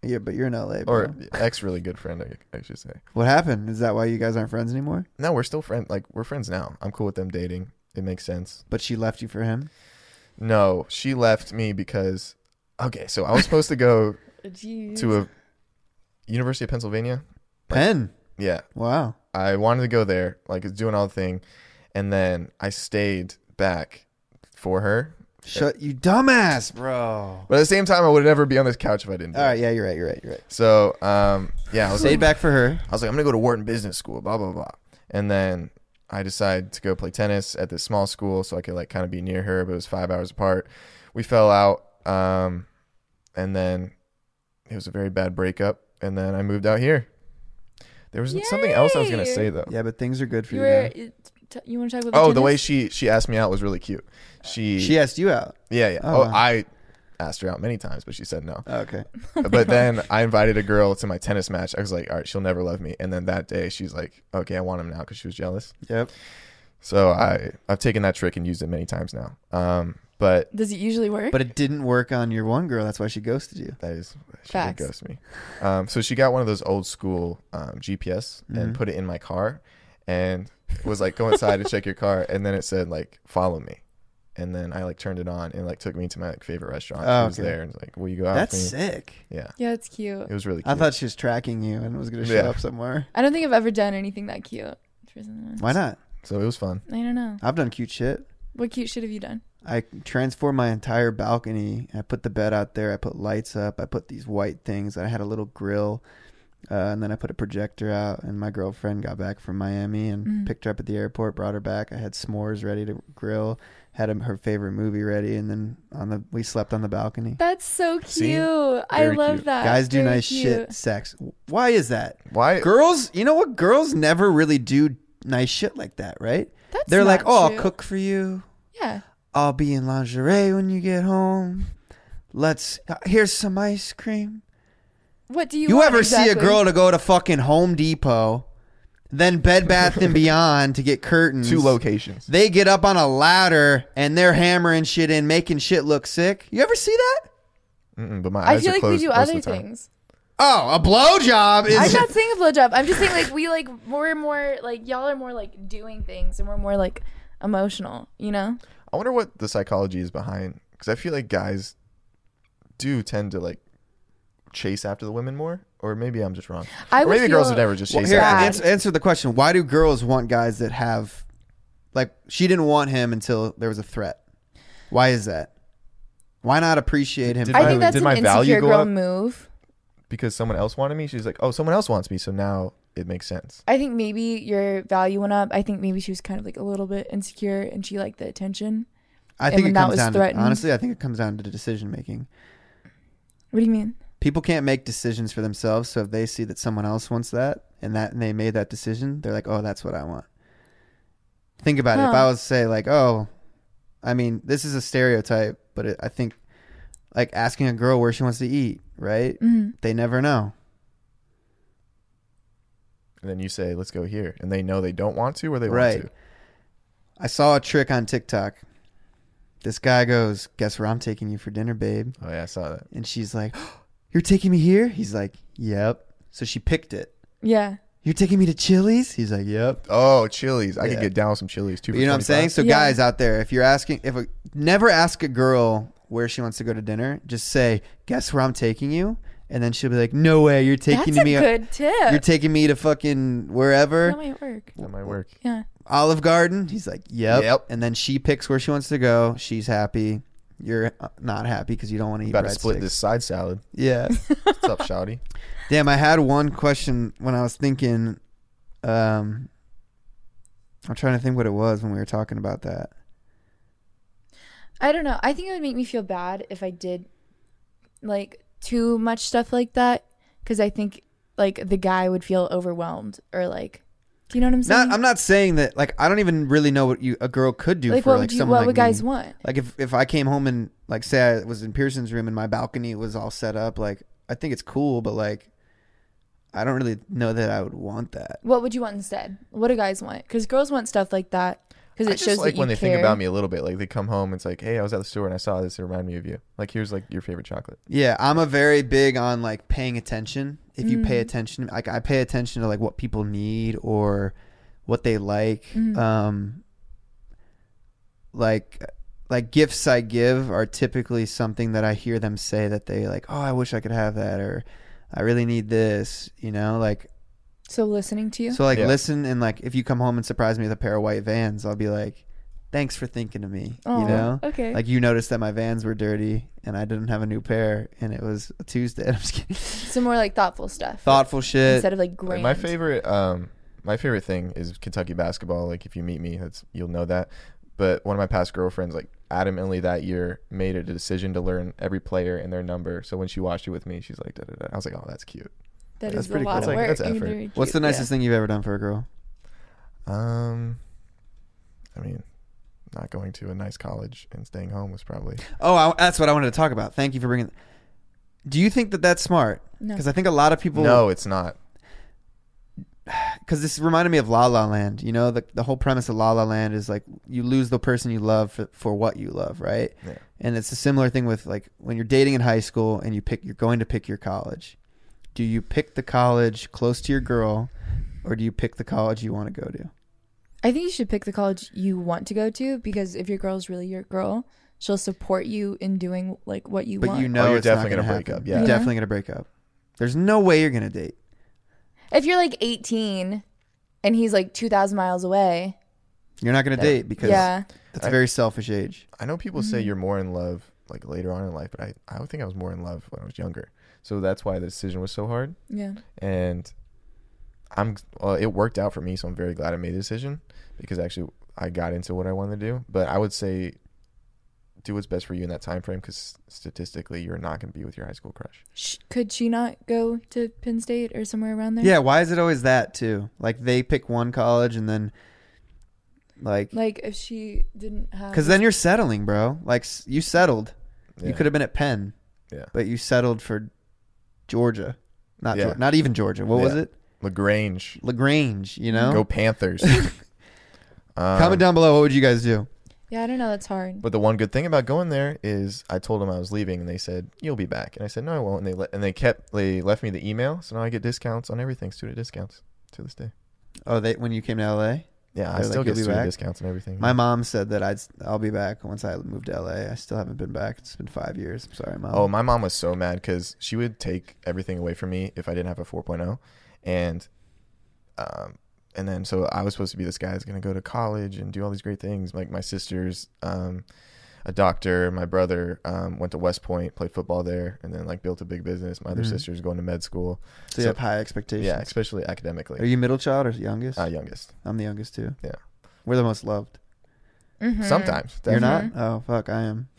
Speaker 3: Yeah, but you're in LA. Bro.
Speaker 1: or ex really good friend, I, I should say.
Speaker 3: what happened? Is that why you guys aren't friends anymore?
Speaker 1: No, we're still friends. Like we're friends now. I'm cool with them dating. It makes sense.
Speaker 3: But she left you for him.
Speaker 1: No, she left me because okay. So I was supposed to go
Speaker 2: Jeez.
Speaker 1: to a University of Pennsylvania.
Speaker 3: Penn.
Speaker 1: Yeah,
Speaker 3: Wow.
Speaker 1: I wanted to go there, like doing all the thing, and then I stayed back for her.
Speaker 3: Shut you, dumbass, bro.
Speaker 1: But at the same time, I would never be on this couch if I didn't. Do
Speaker 3: All
Speaker 1: it.
Speaker 3: right. Yeah, you're right. You're right. You're right.
Speaker 1: So, um, yeah, I was
Speaker 3: Stayed
Speaker 1: like,
Speaker 3: back for her.
Speaker 1: I was like, I'm gonna go to Wharton Business School, blah blah blah, and then I decided to go play tennis at this small school so I could like kind of be near her, but it was five hours apart. We fell out, um, and then it was a very bad breakup, and then I moved out here. There was something else I was gonna
Speaker 2: Yay!
Speaker 1: say though.
Speaker 3: Yeah, but things are good for
Speaker 2: You
Speaker 3: you.
Speaker 2: were.
Speaker 3: now.
Speaker 2: it- t- You want to talk about?
Speaker 1: Oh, the
Speaker 2: tennis?
Speaker 1: way she she asked me out was really cute. She,
Speaker 3: She asked you out.
Speaker 1: yeah yeah.
Speaker 3: Oh,
Speaker 1: Oh,
Speaker 3: wow.
Speaker 1: I asked her out many times, but she said no.
Speaker 3: Oh, Okay.
Speaker 1: but then I invited a girl to my tennis match. I was like, all right, she'll never love me. And then that day, she's like, okay, I want him now because she was jealous.
Speaker 3: Yep.
Speaker 1: So I I've taken that trick and used it many times now. Um, but
Speaker 2: Does it usually work?
Speaker 3: But it didn't work on your one girl. That's why she ghosted you.
Speaker 1: that is she
Speaker 2: Facts.
Speaker 1: did ghost me. Um, so she got one of those old school um, GPS
Speaker 3: Mhm.
Speaker 1: and put it in my car, and was like, go inside and check your car. And then it said like, follow me. And then I like turned it on and like took me to my like, favorite restaurant.
Speaker 3: Oh,
Speaker 1: she was
Speaker 3: okay.
Speaker 1: there and was like, will you go out?
Speaker 3: That's
Speaker 1: with me?
Speaker 3: sick.
Speaker 1: yeah.
Speaker 2: yeah, it's cute.
Speaker 1: It was really. Cute.
Speaker 3: I thought she was tracking you and was gonna show
Speaker 1: Yeah.
Speaker 3: up somewhere.
Speaker 2: I don't think I've ever done anything that cute. for someone.
Speaker 3: Why not?
Speaker 1: so. It was fun.
Speaker 2: I don't know.
Speaker 3: I've done cute shit.
Speaker 2: What cute shit have you done?
Speaker 3: I transformed my entire balcony. I put the bed out there. I put lights up. I put these white things. I had a little grill, uh, and then I put a projector out. And my girlfriend got back from Miami and
Speaker 2: Mm.
Speaker 3: picked her up at the airport. Brought her back. I had s'mores ready to grill. Had um her favorite movie ready, and then on the we slept on the balcony.
Speaker 2: That's so cute.
Speaker 1: See?
Speaker 2: I
Speaker 1: Very
Speaker 2: love
Speaker 1: cute.
Speaker 2: that.
Speaker 3: Guys do
Speaker 2: Very
Speaker 3: nice
Speaker 2: cute.
Speaker 3: shit. Sex. Why is that?
Speaker 1: Why?
Speaker 3: Girls, you know what? Girls never really do nice shit like that, right?
Speaker 2: That's
Speaker 3: They're like,
Speaker 2: not
Speaker 3: oh,
Speaker 2: true.
Speaker 3: I'll cook for you.
Speaker 2: Yeah.
Speaker 3: I'll be in lingerie when you get home. Let's uh, here's some ice cream.
Speaker 2: What do you?
Speaker 3: You,
Speaker 2: want
Speaker 3: ever see a
Speaker 2: exactly?
Speaker 3: girl to go to fucking Home Depot, then Bed Bath and Beyond to get curtains?
Speaker 1: two locations.
Speaker 3: They get up on a ladder and they're hammering shit in, making shit look sick. You ever see that?
Speaker 1: Mm-mm, but my
Speaker 2: I
Speaker 1: eyes
Speaker 2: feel
Speaker 1: are
Speaker 2: like we
Speaker 1: closed
Speaker 2: do
Speaker 1: most of
Speaker 2: other
Speaker 1: the time.
Speaker 2: things.
Speaker 3: Oh, a blowjob
Speaker 2: I'm
Speaker 3: is.
Speaker 2: not saying a blowjob. I'm just saying like we like more and more like y'all are more like doing things and we're more like emotional. You know?
Speaker 1: I wonder what the psychology is behind because I feel like guys do tend to like chase after the women more, or maybe I'm just wrong.
Speaker 2: I
Speaker 1: or
Speaker 2: would
Speaker 1: maybe girls
Speaker 2: feel-
Speaker 1: would never just
Speaker 3: Well,
Speaker 1: chase.
Speaker 3: here,
Speaker 1: after.
Speaker 2: Bad.
Speaker 3: answer, answer the question: Why do girls want guys that have, like, she didn't want him until there was a threat? Why is that? Why not appreciate him?
Speaker 1: Did
Speaker 2: I
Speaker 1: my-
Speaker 2: think that's
Speaker 1: did
Speaker 2: an
Speaker 1: my value
Speaker 2: insecure
Speaker 1: go
Speaker 2: girl
Speaker 1: up?
Speaker 2: move.
Speaker 1: because someone else wanted me. She's like, oh, someone else wants me, so now it makes sense.
Speaker 2: I think maybe your value went up. I think maybe she was kind of like a little bit insecure and she liked the attention.
Speaker 3: I think
Speaker 2: when
Speaker 3: it
Speaker 2: that
Speaker 3: comes
Speaker 2: was
Speaker 3: down to,
Speaker 2: threatened.
Speaker 3: honestly, I think it comes down to decision making.
Speaker 2: What do you mean?
Speaker 3: People can't make decisions for themselves, so if they see that someone else wants that and that and they made that decision, they're like, "Oh, that's what I want." Think about it. If
Speaker 2: Huh.
Speaker 3: I was to say like, "Oh, I mean, this is a stereotype, but it, I think like asking a girl where she wants to eat, right?
Speaker 2: Mm.
Speaker 3: They never know.
Speaker 1: And then you say, let's go here, and they know they don't want to or they
Speaker 3: Right.
Speaker 1: want to.
Speaker 3: I saw a trick on TikTok. This guy goes, "Guess where I'm taking you for dinner, babe?"
Speaker 1: Oh yeah, I saw that.
Speaker 3: And she's like, "You're taking me here?" He's like, "Yep." So she picked it.
Speaker 2: Yeah.
Speaker 3: You're taking me to Chili's? He's like, Yep.
Speaker 1: Oh, chilies! I
Speaker 3: Yeah.
Speaker 1: could get down with some chilies too.
Speaker 3: You know what I'm saying? So
Speaker 2: Yeah.
Speaker 3: guys out there, if you're asking if a never ask a girl where she wants to go to dinner, just say, Guess where I'm taking you? And then she'll be like, No way, you're taking
Speaker 2: that's a
Speaker 3: me uh,
Speaker 2: good tip.
Speaker 3: you're taking me to fucking wherever.
Speaker 2: that might work.
Speaker 1: That might work.
Speaker 2: Yeah.
Speaker 3: Olive Garden. He's like, yep.
Speaker 1: Yep.
Speaker 3: And then she picks where she wants to go. She's happy. You're uh, not happy because you don't want to eat.
Speaker 1: You got to
Speaker 3: breadsticks.
Speaker 1: split this side salad.
Speaker 3: Yeah.
Speaker 1: What's up, Shouty?
Speaker 3: Damn. I had one question when I was thinking. Um, I'm trying to think what it was when we were talking about that.
Speaker 2: I don't know. I think it would make me feel bad if I did like too much stuff like that because I think like the guy would feel overwhelmed or like Do you know what I'm saying?
Speaker 3: Not, I'm not saying that. Like, I don't even really know what you a girl could do
Speaker 2: like
Speaker 3: for
Speaker 2: what
Speaker 3: like
Speaker 2: would you,
Speaker 3: someone
Speaker 2: what
Speaker 3: like
Speaker 2: would guys
Speaker 3: me.
Speaker 2: want?
Speaker 3: Like, if if I came home and like say I was in Pearson's room and my balcony was all set up, like I think it's cool, but like I don't really know that I would want that.
Speaker 2: What would you want instead? What do guys want? Because girls want stuff like that because
Speaker 1: I
Speaker 2: it
Speaker 1: just
Speaker 2: shows
Speaker 1: like
Speaker 2: that you
Speaker 1: when they
Speaker 2: care.
Speaker 1: think about me a little bit. Like they come home, it's like, hey, I was at the store and I saw this. It reminded me of you. Like here's like your favorite chocolate.
Speaker 3: Yeah, I'm a very big on like paying attention. If you pay attention, like I pay attention to like what people need or what they like. Um like like gifts I give are typically something that I hear them say that they like, "Oh, I wish I could have that," or "I really need this," you know, like
Speaker 2: So listening to you.
Speaker 3: so like
Speaker 1: Yeah.
Speaker 3: listen and like if you come home and surprise me with a pair of white Vans, I'll be like, "Thanks for thinking of me."
Speaker 2: Aw,
Speaker 3: you know?
Speaker 2: Okay.
Speaker 3: Like you noticed that my Vans were dirty and I didn't have a new pair and it was a Tuesday. I'm just kidding.
Speaker 2: Some more like thoughtful stuff.
Speaker 3: Thoughtful shit.
Speaker 2: instead of like grand.
Speaker 1: Like, my favorite, um, my favorite thing is Kentucky basketball. Like if you meet me, that's you'll know that. But one of my past girlfriends, like adamantly that year, made a decision to learn every player and their number. So when she watched it with me, she's like, da, da, da. I was like, oh, that's cute.
Speaker 2: That
Speaker 3: That's
Speaker 2: is a
Speaker 3: pretty
Speaker 2: lot
Speaker 1: cool.
Speaker 2: of work.
Speaker 1: That's like- that's
Speaker 2: Even
Speaker 1: effort.
Speaker 2: though you're
Speaker 3: What's the
Speaker 2: cute, yeah.
Speaker 3: nicest thing you've ever done for a girl?
Speaker 1: Um, I mean, not going to a nice college and staying home was probably.
Speaker 3: Oh, I, that's what I wanted to talk about. Thank you for bringing. Do you think that that's smart?
Speaker 2: No.
Speaker 3: Because I think a lot of people.
Speaker 1: No, it's not.
Speaker 3: Because this reminded me of La La Land. You know, the the whole premise of La La Land is like you lose the person you love for, for what you love, right?
Speaker 1: Yeah.
Speaker 3: And it's a similar thing with like when you're dating in high school and you pick you're going to pick your college. Do you pick the college close to your girl, or do you pick the college you want to go to?
Speaker 2: I think you should pick the college you want to go to because if your girl's really your girl, she'll support you in doing like what you
Speaker 3: But
Speaker 2: want.
Speaker 3: you know
Speaker 1: Oh, you're
Speaker 3: it's not
Speaker 1: definitely
Speaker 3: gonna
Speaker 1: gonna break
Speaker 3: happen.
Speaker 1: up, yeah.
Speaker 3: You're
Speaker 2: Yeah.
Speaker 3: definitely gonna break up. There's no way you're gonna date.
Speaker 2: if you're like 18 and he's like 2,000 miles away,
Speaker 3: You're not gonna date because
Speaker 2: yeah,
Speaker 3: that's a very selfish age.
Speaker 1: I know people say you're more in love like later on in life, but I, I don't think I was more in love when I was younger. So that's why the decision was so hard.
Speaker 2: yeah.
Speaker 1: And I'm uh, it worked out for me, so I'm very glad I made the decision because actually I got into what I wanted to do. But I would say do what's best for you in that time frame because statistically you're not going to be with your high school crush.
Speaker 2: Sh- could she not go to Penn State or somewhere around there?
Speaker 3: Yeah, why is it always that too? Like they pick one college and then like
Speaker 2: Like if she didn't have.
Speaker 3: because then you're settling, bro. Like s- you settled. You
Speaker 1: Yeah.
Speaker 3: could have been at Penn,
Speaker 1: Yeah.
Speaker 3: but you settled for Georgia, not
Speaker 1: Yeah.
Speaker 3: Geor- not even Georgia. What was
Speaker 1: Yeah.
Speaker 3: it?
Speaker 1: Lagrange,
Speaker 3: Lagrange. You
Speaker 2: Mm-hmm.
Speaker 3: know.
Speaker 1: go Panthers. Um,
Speaker 3: Comment down below. What would you guys do?
Speaker 2: yeah, I don't know. That's hard.
Speaker 1: But the one good thing about going there is I told them I was leaving, and they said you'll be back, and I said no, I won't. And they let and they kept they left me the email, so now I get discounts on everything, student discounts to this day.
Speaker 3: Oh, they when you came to L.A.
Speaker 1: Yeah, I
Speaker 3: They're
Speaker 1: still
Speaker 3: like, "You'll
Speaker 1: get
Speaker 3: be
Speaker 1: student
Speaker 3: back?"
Speaker 1: discounts and everything.
Speaker 3: My mom said that I'd s- I'll be back once I move to LA. I still haven't been back. It's been five years. I'm sorry, mom.
Speaker 1: oh, my mom was so mad because she would take everything away from me if I didn't have a 4.0, and um, and then so I was supposed to be this guy that's gonna go to college and do all these great things. Like my sisters, um, a doctor. My brother um, went to West Point, played football there, and then like built a big business. My other sister's going to med school.
Speaker 3: so you
Speaker 1: so-
Speaker 3: have high expectations.
Speaker 1: Yeah, especially
Speaker 3: Are
Speaker 1: academically.
Speaker 3: you middle child or youngest?
Speaker 1: Uh, youngest.
Speaker 3: I'm the youngest too.
Speaker 1: Yeah.
Speaker 3: We're the most loved.
Speaker 2: Mm-hmm.
Speaker 1: Sometimes.
Speaker 3: You're
Speaker 1: definitely.
Speaker 3: not? Oh fuck, I am.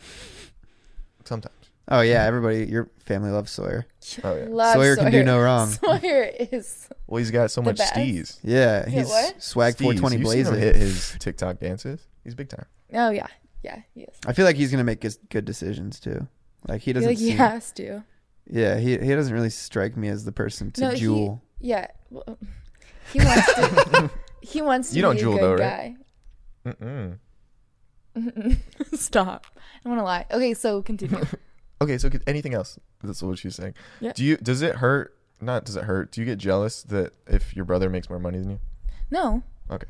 Speaker 1: Sometimes.
Speaker 3: Oh yeah, everybody, your family loves Sawyer.
Speaker 1: Oh yeah.
Speaker 2: Love
Speaker 3: Sawyer can do no wrong.
Speaker 2: Sawyer is.
Speaker 1: Well, he's got so much
Speaker 2: best.
Speaker 1: steez.
Speaker 3: Yeah,
Speaker 2: it
Speaker 3: he's
Speaker 2: what?
Speaker 3: swag
Speaker 1: Steez.
Speaker 3: 420
Speaker 1: You seen him
Speaker 3: blazing.
Speaker 1: hit his TikTok dances. He's big time.
Speaker 2: Oh yeah, yeah, he is.
Speaker 3: I feel like he's gonna make good, good decisions too. Like he
Speaker 2: I feel
Speaker 3: doesn't.
Speaker 2: like he
Speaker 3: seem-
Speaker 2: has to.
Speaker 3: Yeah, he he doesn't really strike me as the person to
Speaker 2: No, he-
Speaker 3: jewel.
Speaker 2: Yeah. Well, he wants to. he wants to
Speaker 1: You don't
Speaker 2: be
Speaker 1: jewel,
Speaker 2: a good
Speaker 1: though,
Speaker 2: guy.
Speaker 1: right? Mm-mm.
Speaker 2: Stop. I want to lie. Okay, so continue.
Speaker 1: Okay, so could, anything else? That's what she's saying.
Speaker 2: Yeah.
Speaker 1: Do you? Does it hurt? Not does it hurt? Do you get jealous that if your brother makes more money than you?
Speaker 2: no,
Speaker 1: Okay.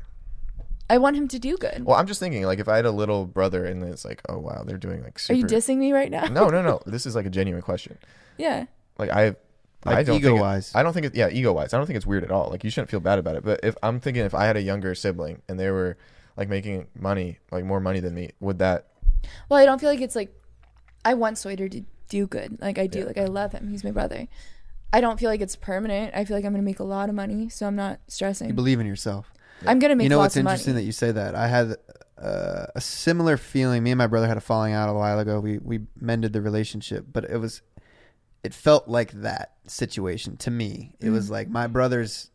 Speaker 2: I want him to do good.
Speaker 1: Well, I'm just thinking like if I had a little brother and it's like, oh wow, they're doing like
Speaker 2: Are
Speaker 1: super.
Speaker 2: you dissing me right now?
Speaker 1: no, no, no. This is like a genuine question.
Speaker 3: Mm-hmm.
Speaker 2: Yeah.
Speaker 1: Like I, I
Speaker 3: Like,
Speaker 1: don't think it-
Speaker 3: ego-wise.
Speaker 1: I don't think it. Yeah, ego wise, I don't think it's weird at all. Like you shouldn't feel bad about it. But if I'm thinking if I had a younger sibling and they were like making money, like more money than me, would that?
Speaker 2: Well, I don't feel like it's like I want Sawyer to do good. Like I do. Like I love him. He's my brother. I don't feel like it's permanent. I feel like I'm gonna make a lot of money, so I'm not stressing.
Speaker 3: You believe in yourself.
Speaker 2: I'm gonna make.
Speaker 3: you know
Speaker 2: lots
Speaker 3: what's interesting
Speaker 2: Of money.
Speaker 3: that you say that. I had uh, a similar feeling. Me and my brother had a falling out a while ago. We we mended the relationship, but it was
Speaker 2: Mm.
Speaker 3: it felt like that situation to me. It was like my brother's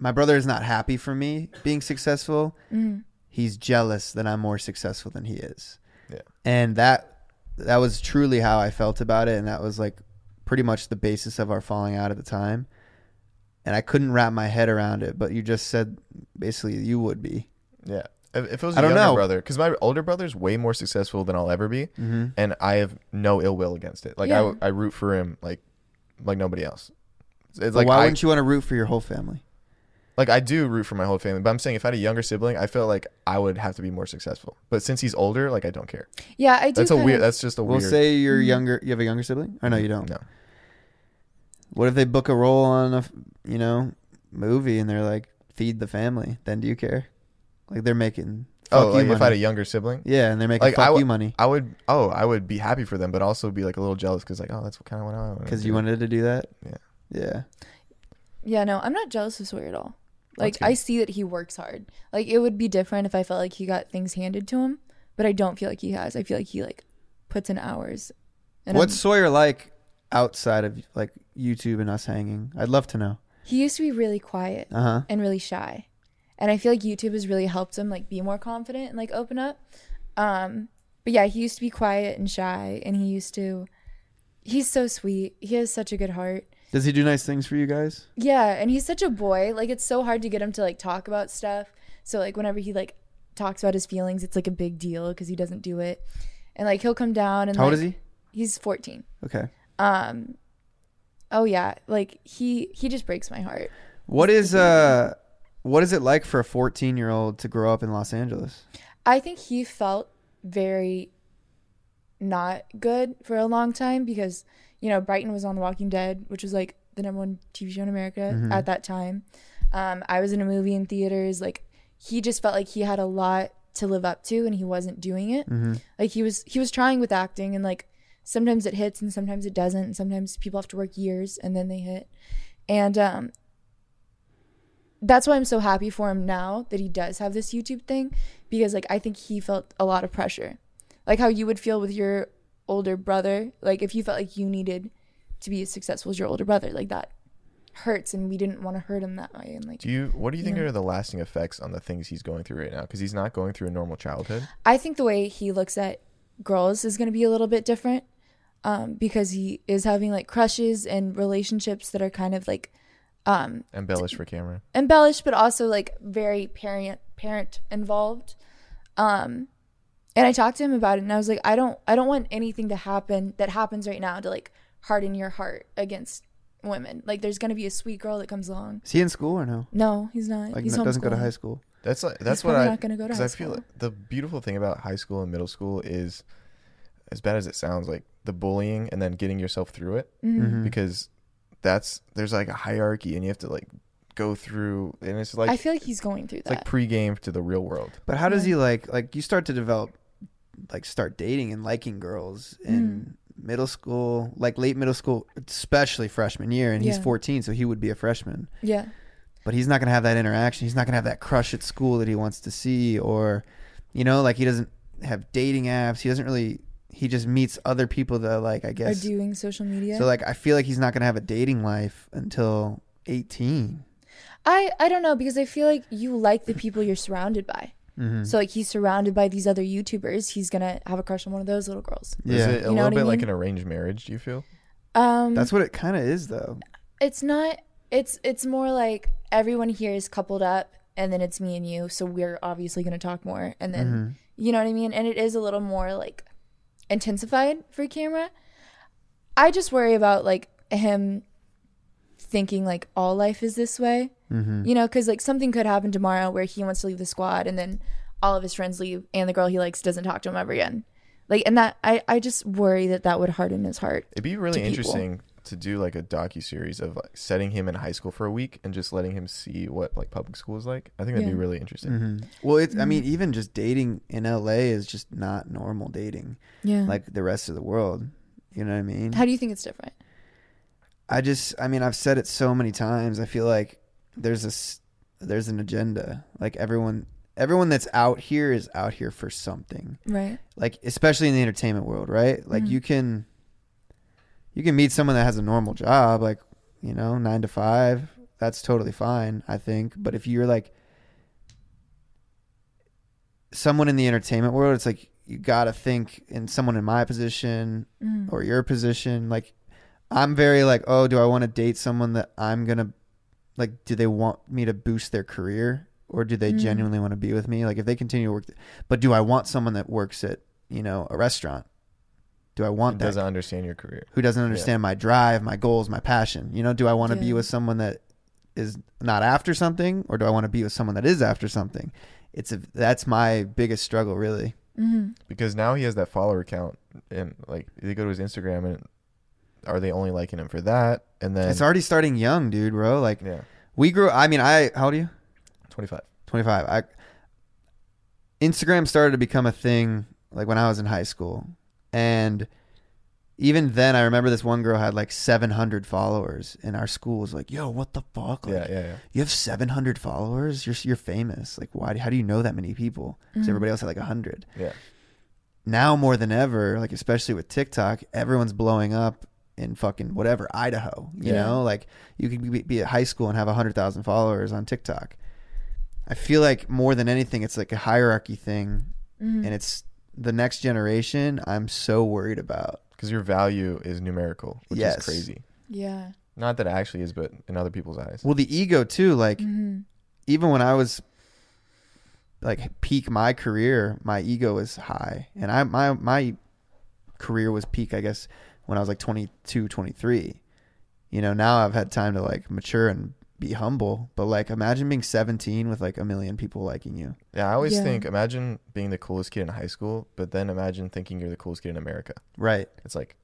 Speaker 3: my brother is not happy for me being successful.
Speaker 2: Mm.
Speaker 3: He's jealous that I'm more successful than he is.
Speaker 1: Yeah.
Speaker 3: And that that was truly how I felt about it and that was like pretty much the basis of our falling out at the time. And I couldn't wrap my head around it, but you just said basically you would be.
Speaker 1: Yeah. If if it was a
Speaker 3: I don't
Speaker 1: younger
Speaker 3: know.
Speaker 1: brother, because my older brother's way more successful than I'll ever be, and I have no ill will against it. Like
Speaker 2: Yeah.
Speaker 1: I, I root for him like like nobody else. It's- It's
Speaker 3: But
Speaker 1: like
Speaker 3: why
Speaker 1: I,
Speaker 3: wouldn't you want to root for your whole family?
Speaker 1: like I do root for my whole family, but I'm saying if I had a younger sibling, I feel like I would have to be more successful. But since he's older, like I don't care.
Speaker 2: Yeah, I do.
Speaker 1: That's a
Speaker 2: kind
Speaker 1: weird.
Speaker 2: of-
Speaker 1: That's just a
Speaker 3: We'll
Speaker 1: weird.
Speaker 3: say you're
Speaker 2: Mm-hmm.
Speaker 3: younger. You have a younger sibling? Or no, you don't.
Speaker 1: no.
Speaker 3: What if they book a role on a f- you know movie and they're like feed the family? Then do you care? Like they're making fuck
Speaker 1: Oh,
Speaker 3: you
Speaker 1: like if I had a
Speaker 3: money.
Speaker 1: younger sibling,
Speaker 3: yeah, and they're making
Speaker 1: like
Speaker 3: fuck
Speaker 1: I would,
Speaker 3: you money
Speaker 1: I would. Oh, I would be happy for them, but also be like a little jealous because like, oh, that's kind of what I want.
Speaker 3: because you wanted to do that.
Speaker 1: Yeah.
Speaker 3: yeah.
Speaker 2: yeah, no, I'm not jealous of Sawyer at all. Like
Speaker 1: That's good.
Speaker 2: I see that he works hard. Like it would be different if I felt like he got things handed to him, but I don't feel like he has. I feel like he like puts in hours. And
Speaker 3: What's
Speaker 2: I'm-
Speaker 3: Sawyer like outside of like YouTube and us hanging? I'd love to know.
Speaker 2: he used to be really quiet.
Speaker 3: Uh huh.
Speaker 2: and really shy. And I feel like YouTube has really helped him like be more confident and like open up. Um, but yeah, he used to be quiet and shy and he used to he's so sweet. He has such a good heart.
Speaker 3: Does he do nice things for you guys?
Speaker 2: Yeah, and he's such a boy. Like it's so hard to get him to like talk about stuff. So like whenever he like talks about his feelings, it's like a big deal cuz he doesn't do it. And like he'll come down and
Speaker 3: How old
Speaker 2: like,
Speaker 3: is he?
Speaker 2: He's 14.
Speaker 3: Okay.
Speaker 2: Um Oh yeah, like he he just breaks my heart.
Speaker 3: What is uh, what is it like for a 14 year old to grow up in Los Angeles?
Speaker 2: I think he felt very not good for a long time because, you know, Brighton was on The Walking Dead, which was like the number one TV show in America at that time. Um, I was in a movie in theaters. Like, he just felt like he had a lot to live up to and he wasn't doing it. Like, he was, he was trying with acting and like sometimes it hits and sometimes it doesn't. And sometimes people have to work years and then they hit. And, um, that's why I'm so happy for him now that he does have this YouTube thing because like I think he felt a lot of pressure. Like how you would feel with your older brother, like if you felt like you needed to be as successful as your older brother, like that hurts and we didn't want to hurt him that way and like
Speaker 1: Do you? What do you think
Speaker 2: Yeah.
Speaker 1: are the lasting effects on the things he's going through right now? Because he's not going through a normal childhood.
Speaker 2: I think the way he looks at girls is going to be a little bit different um, because he is having like crushes and relationships that are kind of like um,
Speaker 1: Embellish for camera.
Speaker 2: embellished but also like very parent parent involved um and i talked to him about it and i was like i don't i don't want anything to happen that happens right now to like harden your heart against women like there's gonna be a sweet girl that comes along
Speaker 3: Is he in school or no?
Speaker 2: no he's not
Speaker 3: Like,
Speaker 2: he's Mm-hmm.
Speaker 3: no, doesn't go to
Speaker 2: homeschooling.
Speaker 3: high school.
Speaker 1: That's like that's what
Speaker 2: probably
Speaker 1: I
Speaker 2: not gonna go to
Speaker 1: 'cause
Speaker 2: high
Speaker 1: I feel
Speaker 2: school.
Speaker 1: like the beautiful thing about high school and middle school is as bad as it sounds like the bullying and then getting yourself through it
Speaker 2: Mm-hmm.
Speaker 3: mm-hmm.
Speaker 1: because that's there's like a hierarchy and you have to like go through and it's like
Speaker 2: i feel like he's going through
Speaker 1: it's
Speaker 2: that
Speaker 1: like pregame to the real world.
Speaker 3: But how does he like like you start to develop like start dating and liking girls in
Speaker 2: Mm.
Speaker 3: middle school, like late middle school, especially freshman year and he's
Speaker 2: Yeah.
Speaker 3: 14 so he would be a freshman.
Speaker 2: yeah
Speaker 3: But he's not going to have that interaction. He's not going to have that crush at school that he wants to see or you know, like he doesn't have dating apps. He doesn't really he just meets other people that like I
Speaker 2: or
Speaker 3: guess
Speaker 2: doing social media
Speaker 3: So like I feel like he's not going to have a dating life until 18.
Speaker 2: I I don't know because I feel like you like the people you're surrounded by.
Speaker 3: Mm-hmm.
Speaker 2: So like he's surrounded by these other YouTubers, he's gonna have a crush on one of those little girls.
Speaker 1: Is
Speaker 3: Yeah.
Speaker 1: it
Speaker 2: You
Speaker 1: a
Speaker 2: know
Speaker 1: little
Speaker 2: what I
Speaker 1: bit like
Speaker 2: mean?
Speaker 1: an arranged marriage, do you feel?
Speaker 2: Um,
Speaker 3: That's what it kind of is though.
Speaker 2: it's not. It's it's more like everyone here is coupled up, and then it's me and you. So we're obviously gonna talk more, and then you know what I mean. And it is a little more like intensified for camera. I just worry about like him thinking like all life is this way. You know, because like something could happen tomorrow where he wants to leave the squad and then all of his friends leave and the girl he likes doesn't talk to him ever again. Like, and that I, I just worry that that would harden his heart.
Speaker 1: It'd be really
Speaker 2: people.
Speaker 1: interesting to do like a docu series of like setting him in high school for a week and just letting him see what like public school is like. I think that'd be
Speaker 2: Yeah.
Speaker 1: really interesting.
Speaker 3: Mm-hmm. Well, it's I mean, even just dating in LA is just not normal dating
Speaker 2: Yeah. Like,
Speaker 3: like the rest of the world. You know what I mean?
Speaker 2: how do you think it's different?
Speaker 3: I just I mean, I've said it so many times. I feel like there's a s- there's an agenda. Like everyone everyone that's out here is out here for something.
Speaker 2: Right.
Speaker 3: Like especially in the entertainment world, right? Like you can you can meet someone that has a normal job like, you know, 9 to 5. that's totally fine, I think. But if you're like someone in the entertainment world, it's like you got to think in someone in my position
Speaker 2: Mm-hmm.
Speaker 3: or your position. Like, I'm very like, oh, do I want to date someone that I'm going to, like, do they want me to boost their career or do they genuinely want to be with me? Like, if they continue to work, but do I want someone that works at, you know, a restaurant? Do I want that
Speaker 1: doesn't understand your career.
Speaker 3: who doesn't understand my drive, my goals, my passion. You know, do I want to be
Speaker 2: Yeah.
Speaker 3: with someone that is not after something, or do I want to be with someone that is after something? It's a that's my biggest struggle, really.
Speaker 2: Mm-hmm.
Speaker 1: because now he has that follower count and like they go to his instagram and are they only liking him for that and then
Speaker 3: It's already starting young, dude, bro. Like
Speaker 1: yeah
Speaker 3: we grew. I mean, I how old are you?
Speaker 1: 25
Speaker 3: Twenty five. I Instagram started to become a thing like when I was in high school, and even then, I remember this one girl had like seven hundred followers, and our school was like, "Yo, what the fuck?" Like,
Speaker 1: yeah yeah yeah
Speaker 3: you have 700 followers you're, you're famous like why how do you know that many people
Speaker 2: Mm-hmm.
Speaker 3: because everybody else had like 100
Speaker 1: yeah
Speaker 3: now more than ever like especially with tiktok everyone's blowing up in fucking whatever idaho you
Speaker 2: Yeah.
Speaker 3: know like you could be, be at high school and have 100000 followers on tiktok i feel like more than anything it's like a hierarchy thing
Speaker 2: Mm-hmm. Mm.
Speaker 3: and it's the next generation i'm so worried about
Speaker 1: because your value is numerical which
Speaker 3: Yes.
Speaker 1: is crazy
Speaker 2: Yeah.
Speaker 1: not that it actually is but in other people's eyes
Speaker 3: Well, the ego too. Like
Speaker 2: Mm-hmm.
Speaker 3: even when I was like peak my career, my ego was high, and I my my career was peak. I guess when I was like 22, 23. You know, now I've had time to like mature and be humble. But like, imagine being seventeen with like a million people liking you.
Speaker 1: yeah i always
Speaker 2: Yeah.
Speaker 1: think imagine being the coolest kid in high school but then imagine thinking you're the coolest kid in america
Speaker 3: Right.
Speaker 1: it's like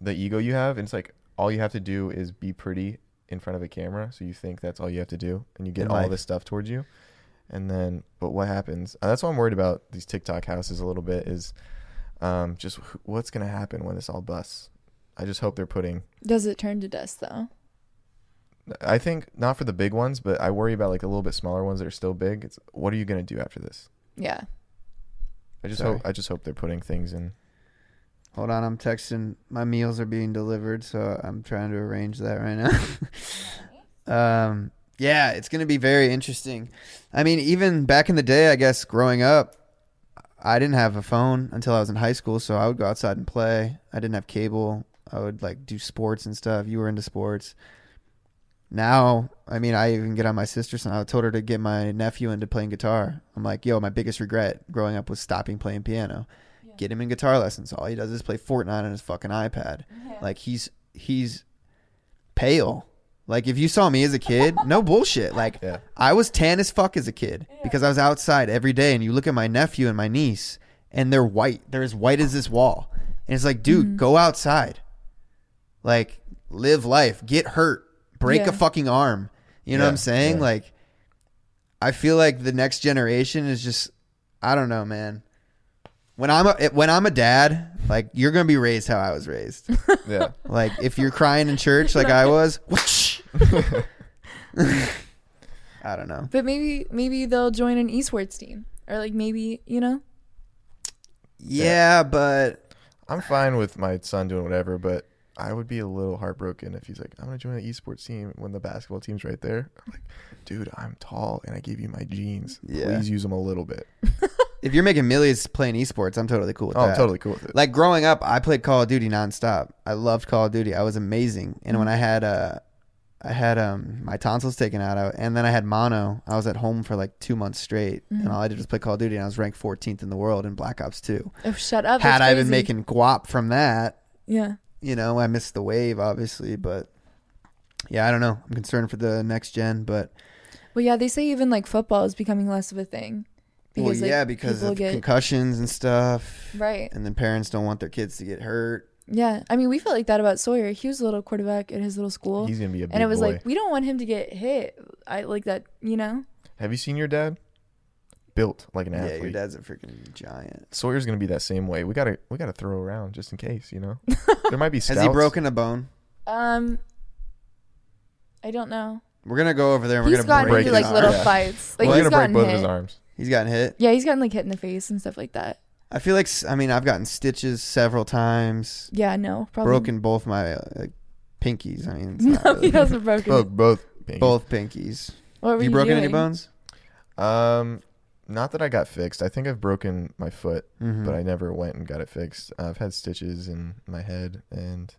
Speaker 1: the ego you have and it's like all you have to do is be pretty in front of a camera so you think that's all you have to do and you get
Speaker 3: In
Speaker 1: all
Speaker 3: life.
Speaker 1: this stuff towards you and then but what happens and that's why i'm worried about these tiktok houses a little bit is um, just wh- what's going to happen when this all busts i just hope they're putting
Speaker 2: Does it turn to dust though?
Speaker 1: i think not for the big ones but i worry about like a little bit smaller ones that are still big it's what are you going to do after this
Speaker 2: Yeah.
Speaker 1: i just
Speaker 3: Sorry.
Speaker 1: hope i just hope they're putting things in
Speaker 3: Hold on, I'm texting. My meals are being delivered, so I'm trying to arrange that right now. um, yeah, it's going to be very interesting. I mean, even back in the day, I guess growing up, I didn't have a phone until I was in high school, so I would go outside and play. I didn't have cable. I would like do sports and stuff. You were into sports. Now, I mean, I even get on my sister's and I told her to get my nephew into playing guitar. I'm like, yo, my biggest regret growing up was stopping playing piano. Get him in guitar lessons. All he does is play Fortnite on his fucking iPad. Like he's he's pale. Like if you saw me as a kid, no bullshit. Like
Speaker 1: Yeah.
Speaker 3: I was tan as fuck as a kid because I was outside every day and you look at my nephew and my niece and they're white. They're as white as this wall. And it's like, dude, go outside. Like live life, get hurt, break
Speaker 2: Yeah.
Speaker 3: a fucking arm. You know what
Speaker 1: Yeah,
Speaker 3: I'm saying?
Speaker 1: yeah.
Speaker 3: Like I feel like the next generation is just I don't know, man. When I'm a, when I'm a dad, like you're going to be raised how I was raised.
Speaker 1: yeah
Speaker 3: Like if you're crying in church like I was, whoosh. I don't know.
Speaker 2: But maybe maybe they'll join an esports team or like maybe you know.
Speaker 3: Yeah, but
Speaker 1: I'm fine with my son doing whatever, but I would be a little heartbroken if he's like, I'm gonna join the esports team when the basketball team's right there. I'm like, dude, I'm tall and I gave you my jeans.
Speaker 3: Yeah.
Speaker 1: Please use them a little bit.
Speaker 3: if you're making millions playing esports, I'm totally cool with
Speaker 1: Oh,
Speaker 3: that.
Speaker 1: I'm totally cool with it.
Speaker 3: Like growing up, I played Call of Duty nonstop. I loved Call of Duty. I was amazing. And when I had uh, I had um my tonsils taken out, I, and then I had mono. I was at home for like two months straight, and all I did was play Call of Duty. And I was ranked 14th in the world in Black Ops 2.
Speaker 2: Oh, shut up.
Speaker 3: had
Speaker 2: that's
Speaker 3: I been
Speaker 2: crazy.
Speaker 3: making guap from that,
Speaker 2: Yeah.
Speaker 3: you know, I missed the wave, obviously, but yeah, I don't know. I'm concerned for the next gen, but
Speaker 2: Well, yeah. They say even like football is becoming less of a thing.
Speaker 3: well,
Speaker 2: like,
Speaker 3: yeah, because
Speaker 2: people
Speaker 3: of concussions and stuff,
Speaker 2: Right.
Speaker 3: and then parents don't want their kids to get hurt.
Speaker 2: Yeah. I mean, we felt like that about Sawyer. He was a little quarterback at his little school.
Speaker 1: He's gonna be a big
Speaker 2: and it was
Speaker 1: boy.
Speaker 2: like, we don't want him to get hit. I like that, you know?
Speaker 1: Have you seen your dad? Built like an
Speaker 3: Yeah, your
Speaker 1: athlete.
Speaker 3: dad's a freaking giant.
Speaker 1: Sawyer's gonna be that same way. We gotta we gotta throw around just in case, you know. there might be
Speaker 3: Has
Speaker 1: scouts.
Speaker 3: he broken a bone?
Speaker 2: Um, I don't know.
Speaker 3: We're gonna go over there. and We're
Speaker 2: He's
Speaker 3: gonna
Speaker 2: gotten
Speaker 3: break
Speaker 2: into like
Speaker 3: his arm.
Speaker 2: little
Speaker 1: Yeah.
Speaker 2: fights. Like
Speaker 1: We're
Speaker 2: he's
Speaker 1: gonna break
Speaker 2: gotten
Speaker 1: both
Speaker 2: hit.
Speaker 1: of his arms.
Speaker 3: He's gotten hit.
Speaker 2: Yeah, he's gotten like hit in the face and stuff like that.
Speaker 3: I feel like s- I mean I've gotten stitches several times,
Speaker 2: Yeah, no, probably
Speaker 3: broken both my uh, pinkies. I mean, it's not
Speaker 2: he
Speaker 3: really,
Speaker 2: hasn't broken.
Speaker 1: Both both pinky.
Speaker 3: Both pinkies.
Speaker 2: What were
Speaker 3: Have
Speaker 2: you,
Speaker 3: you broken any
Speaker 2: doing?
Speaker 3: bones?
Speaker 1: Um, not that I got fixed. I think I've broken my foot,
Speaker 3: Mhm.
Speaker 1: but I never went and got it fixed. I've had stitches in my head and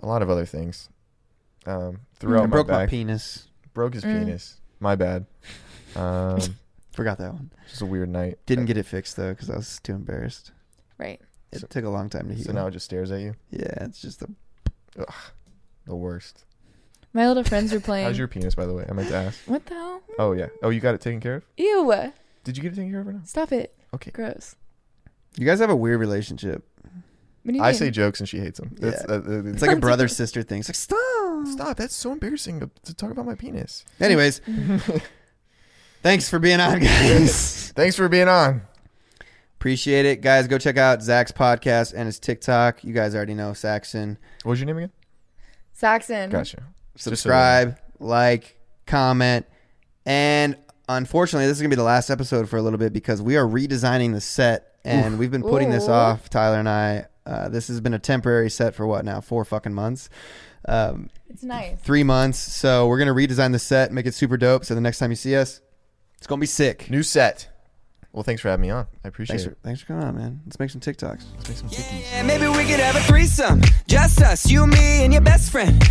Speaker 1: a lot of other things. Um, throughout
Speaker 2: I
Speaker 1: my
Speaker 3: broke my
Speaker 1: back,
Speaker 3: penis.
Speaker 1: broke his
Speaker 2: Mm.
Speaker 1: penis. My bad. Um,
Speaker 3: Forgot that one.
Speaker 1: just a weird night.
Speaker 3: Didn't get it fixed though because I was too embarrassed.
Speaker 2: Right.
Speaker 3: It
Speaker 1: So-
Speaker 3: took a long time to heal.
Speaker 1: So now it just stares at you.
Speaker 3: yeah, it's just a
Speaker 1: The worst.
Speaker 2: My little friends were playing.
Speaker 1: How's your penis, by the way? I meant to ask.
Speaker 2: What the hell?
Speaker 1: Oh yeah. Oh, you got it taken care of.
Speaker 2: Ew.
Speaker 1: Did you get it taken care of or not?
Speaker 2: Stop it.
Speaker 1: Okay.
Speaker 2: Gross.
Speaker 3: You guys have a weird relationship.
Speaker 2: What do you
Speaker 1: I
Speaker 2: mean?
Speaker 1: say jokes and she hates them. That's, uh, uh,
Speaker 3: It's
Speaker 1: it's like
Speaker 3: like a brother sister thing. It's like stop.
Speaker 1: stop. That's so embarrassing to, to talk about my penis.
Speaker 3: Anyways, thanks for being on, guys.
Speaker 1: Thanks for being on.
Speaker 3: Appreciate it, guys. Go check out Zach's podcast and his TikTok. You guys already know Saxon.
Speaker 1: What was your name again?
Speaker 2: Saxon.
Speaker 1: Gotcha. so
Speaker 3: Subscribe, like, comment, and unfortunately, this is gonna be the last episode for a little bit because we are redesigning the set, and we've been putting this
Speaker 2: Ooh.
Speaker 3: off. Tyler and I. Uh, this has been a temporary set for what now? Four fucking months. Um,
Speaker 2: It's nice.
Speaker 3: three months. So we're gonna redesign the set, make it super dope. So the next time you see us, it's gonna be sick.
Speaker 1: New set. Well, thanks for having me on. I appreciate
Speaker 3: Thanks
Speaker 1: it.
Speaker 3: for, thanks for coming on, man. Let's make some TikToks.
Speaker 1: Let's make some cookies.
Speaker 4: Yeah, maybe we could have a threesome. Just us, you, me, and your best friend.